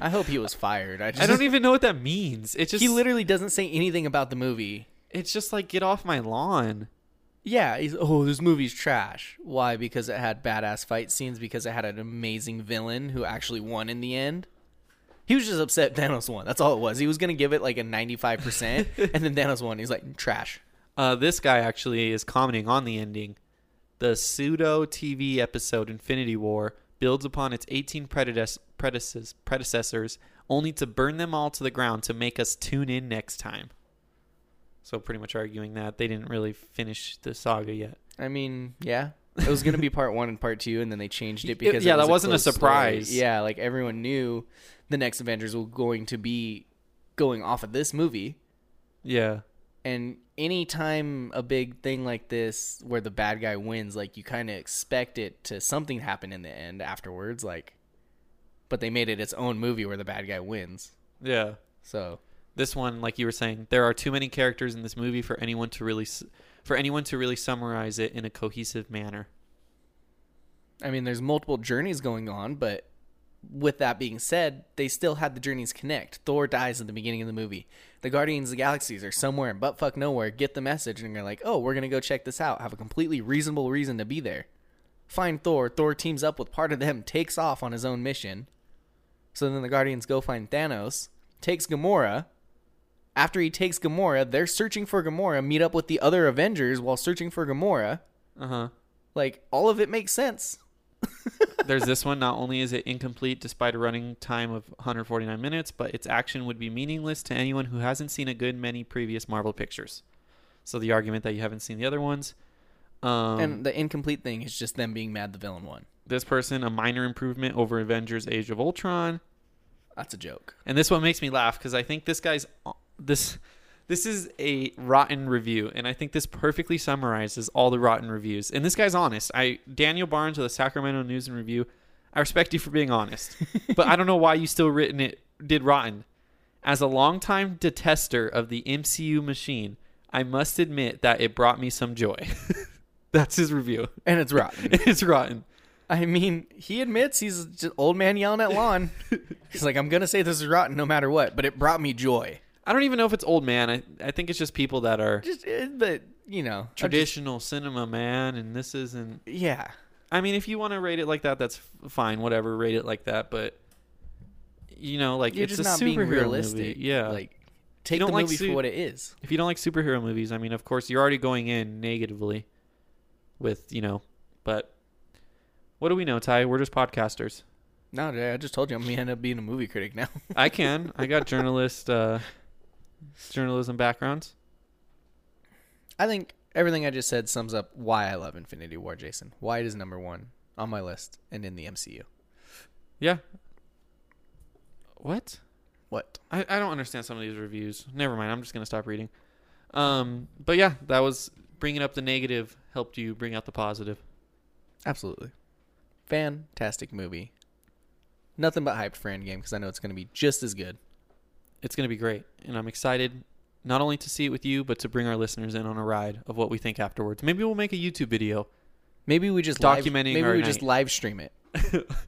I hope he was fired. I, just, I don't even know what that means. It just He literally doesn't say anything about the movie. it's just like get off my lawn. Yeah, he's, oh, this movie's trash. Why? Because it had badass fight scenes. Because it had an amazing villain who actually won in the end. He was just upset Thanos won. That's all it was. He was gonna give it like a ninety-five *laughs* percent, and then Thanos won. He's like trash. Uh, this guy actually is commenting on the ending. The pseudo TV episode Infinity War builds upon its 18 predeces- predeces- predecessors, only to burn them all to the ground to make us tune in next time. So, pretty much arguing that they didn't really finish the saga yet. I mean, yeah, it was gonna be part one and part two, and then they changed *laughs* it because it yeah, was that wasn't a closed surprise. story. Yeah, like everyone knew the next Avengers was going to be going off of this movie. Yeah. and anytime a big thing like this where the bad guy wins like you kind of expect it to something happen in the end afterwards like but they made it its own movie where the bad guy wins Yeah. so this one like you were saying there are too many characters in this movie for anyone to really s- for anyone to really summarize it in a cohesive manner i mean there's multiple journeys going on but with that being said they still had the journeys connect thor dies at the beginning of the movie the guardians of the galaxies are somewhere in butt fuck nowhere get the message and they're like oh we're gonna go check this out have a completely reasonable reason to be there find Thor. Thor teams up with part of them, takes off on his own mission. So then the Guardians go find Thanos, takes Gamora. After he takes Gamora, they're searching for Gamora, meet up with the other Avengers while searching for Gamora. uh-huh Like, all of it makes sense. There's this one. Not only is it incomplete despite a running time of 149 minutes, but its action would be meaningless to anyone who hasn't seen a good many previous Marvel pictures. So the argument that you haven't seen the other ones. Um, and the incomplete thing is just them being mad the villain won. this person, a minor improvement over Avengers: Age of Ultron. That's a joke. And this one makes me laugh because I think this guy's this this is a rotten review, and I think this perfectly summarizes all the rotten reviews. And this guy's honest. I Daniel Barnes of the Sacramento News and Review. I respect you for being *laughs* honest, but I don't know why you still written it did rotten. As a longtime detester of the MCU machine, I must admit that it brought me some joy. *laughs* That's his review. *laughs* And it's rotten. it's rotten. *laughs* I mean, he admits he's just old man yelling at lawn. *laughs* he's like, I'm going to say this is rotten no matter what, but it brought me joy. I don't even know if it's old man. I, I think it's just people that are Just, eh, but, you know. I'm just- traditional cinema, man, and this isn't yeah. I mean, if you want to rate it like that, that's f- fine. Whatever, rate it like that. But you know, like You're it's just a not superhero being realistic. movie. Yeah, Like take the don't like movie su- for what it is. if you don't like superhero movies, I mean, of course, you're already going in negatively with you know. But what do we know, Ty? We're just podcasters. No, dude, I just told you I'm gonna end up being a movie critic now. *laughs* I can. I got journalist uh, journalism backgrounds. I think everything I just said sums up why I love Infinity War, Jason. Why it is number one on my list and in the MCU. Yeah, What? What? I, I don't understand some of these reviews. Never mind. I'm just gonna stop reading. Um, but yeah, that was bringing up the negative helped you bring out the positive. Absolutely. Fantastic movie. Nothing but hyped for Endgame because I know it's going to be just as good. It's gonna be great, and I'm excited not only to see it with you, but to bring our listeners in on a ride of what we think afterwards. Maybe we'll make a YouTube video. Maybe we just documenting. Live, maybe our we night. just live *laughs* stream it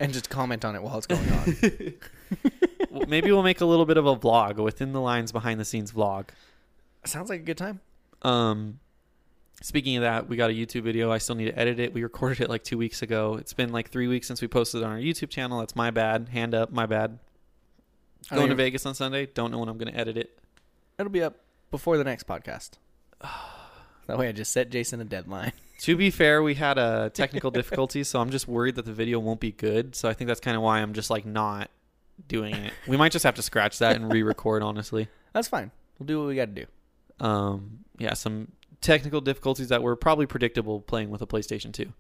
and just comment on it while it's going on. Well, maybe we'll make a little bit of a vlog within the lines behind the scenes vlog. Sounds like a good time. Um, speaking of that, we got a YouTube video. I still need to edit it. We recorded it like two weeks ago. It's been like three weeks since we posted it on our YouTube channel. That's my bad. Hand up, my bad. I don't Going to even- Vegas on Sunday. Don't know when I'm going to edit it. It'll be up before the next podcast. *sighs* that way, I just set Jason a deadline. To be fair, we had a technical difficulty, so I'm just worried that the video won't be good. So I think that's kind of why I'm just like not doing it. We might just have to scratch that and re-record, honestly. That's fine. We'll do what we got to do. Um, yeah, some technical difficulties that were probably predictable playing with a PlayStation 2.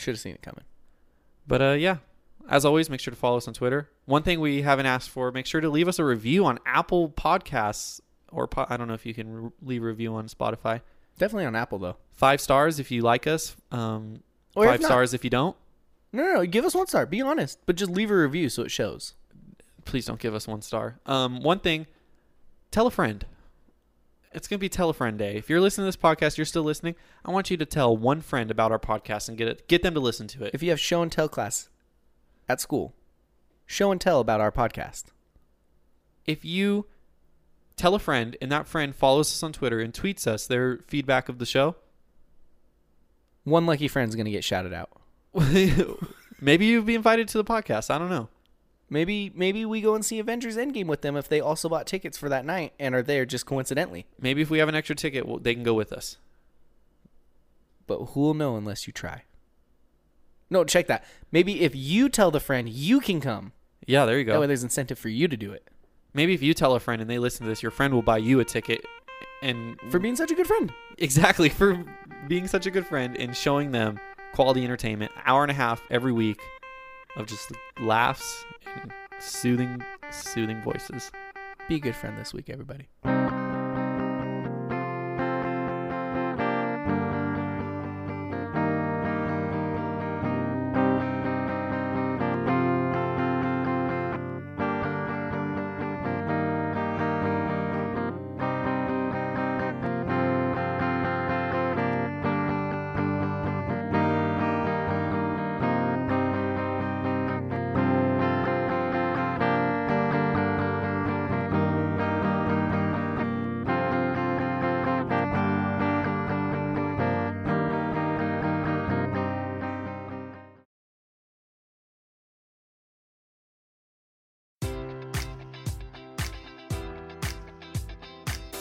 Should have seen it coming. But uh, yeah, as always, make sure to follow us on Twitter. One thing we haven't asked for: make sure to leave us a review on Apple Podcasts, or po- I don't know if you can re- leave a review on Spotify. Definitely on Apple though. Five stars if you like us. Um, Or if five not- stars if you don't. No, no, no, give us one star. Be honest, but just leave a review so it shows. Please don't give us one star. Um, one thing: tell a friend. It's gonna be tell a friend day. If you're listening to this podcast, you're still listening. I want you to tell one friend about our podcast and get it, get them to listen to it. If you have show and tell class at school, show and tell about our podcast. if you tell a friend and that friend follows us on Twitter and tweets us their feedback of the show, *laughs* One lucky friend's gonna get shouted out. maybe you'll be invited to the podcast. I don't know. Maybe maybe we go and see Avengers Endgame with them if they also bought tickets for that night and are there just coincidentally. Maybe if we have an extra ticket, well, they can go with us. But who'll know unless you try? No, check that. Maybe if you tell the friend, you can come. Yeah, there you That way, go. there's incentive for you to do it Maybe if you tell a friend and they listen to this, your friend will buy you a ticket. And for being such a good friend. *laughs* exactly for being such a good friend and showing them quality entertainment, hour and a half every week of just laughs and soothing, soothing voices. Be a good friend this week, everybody.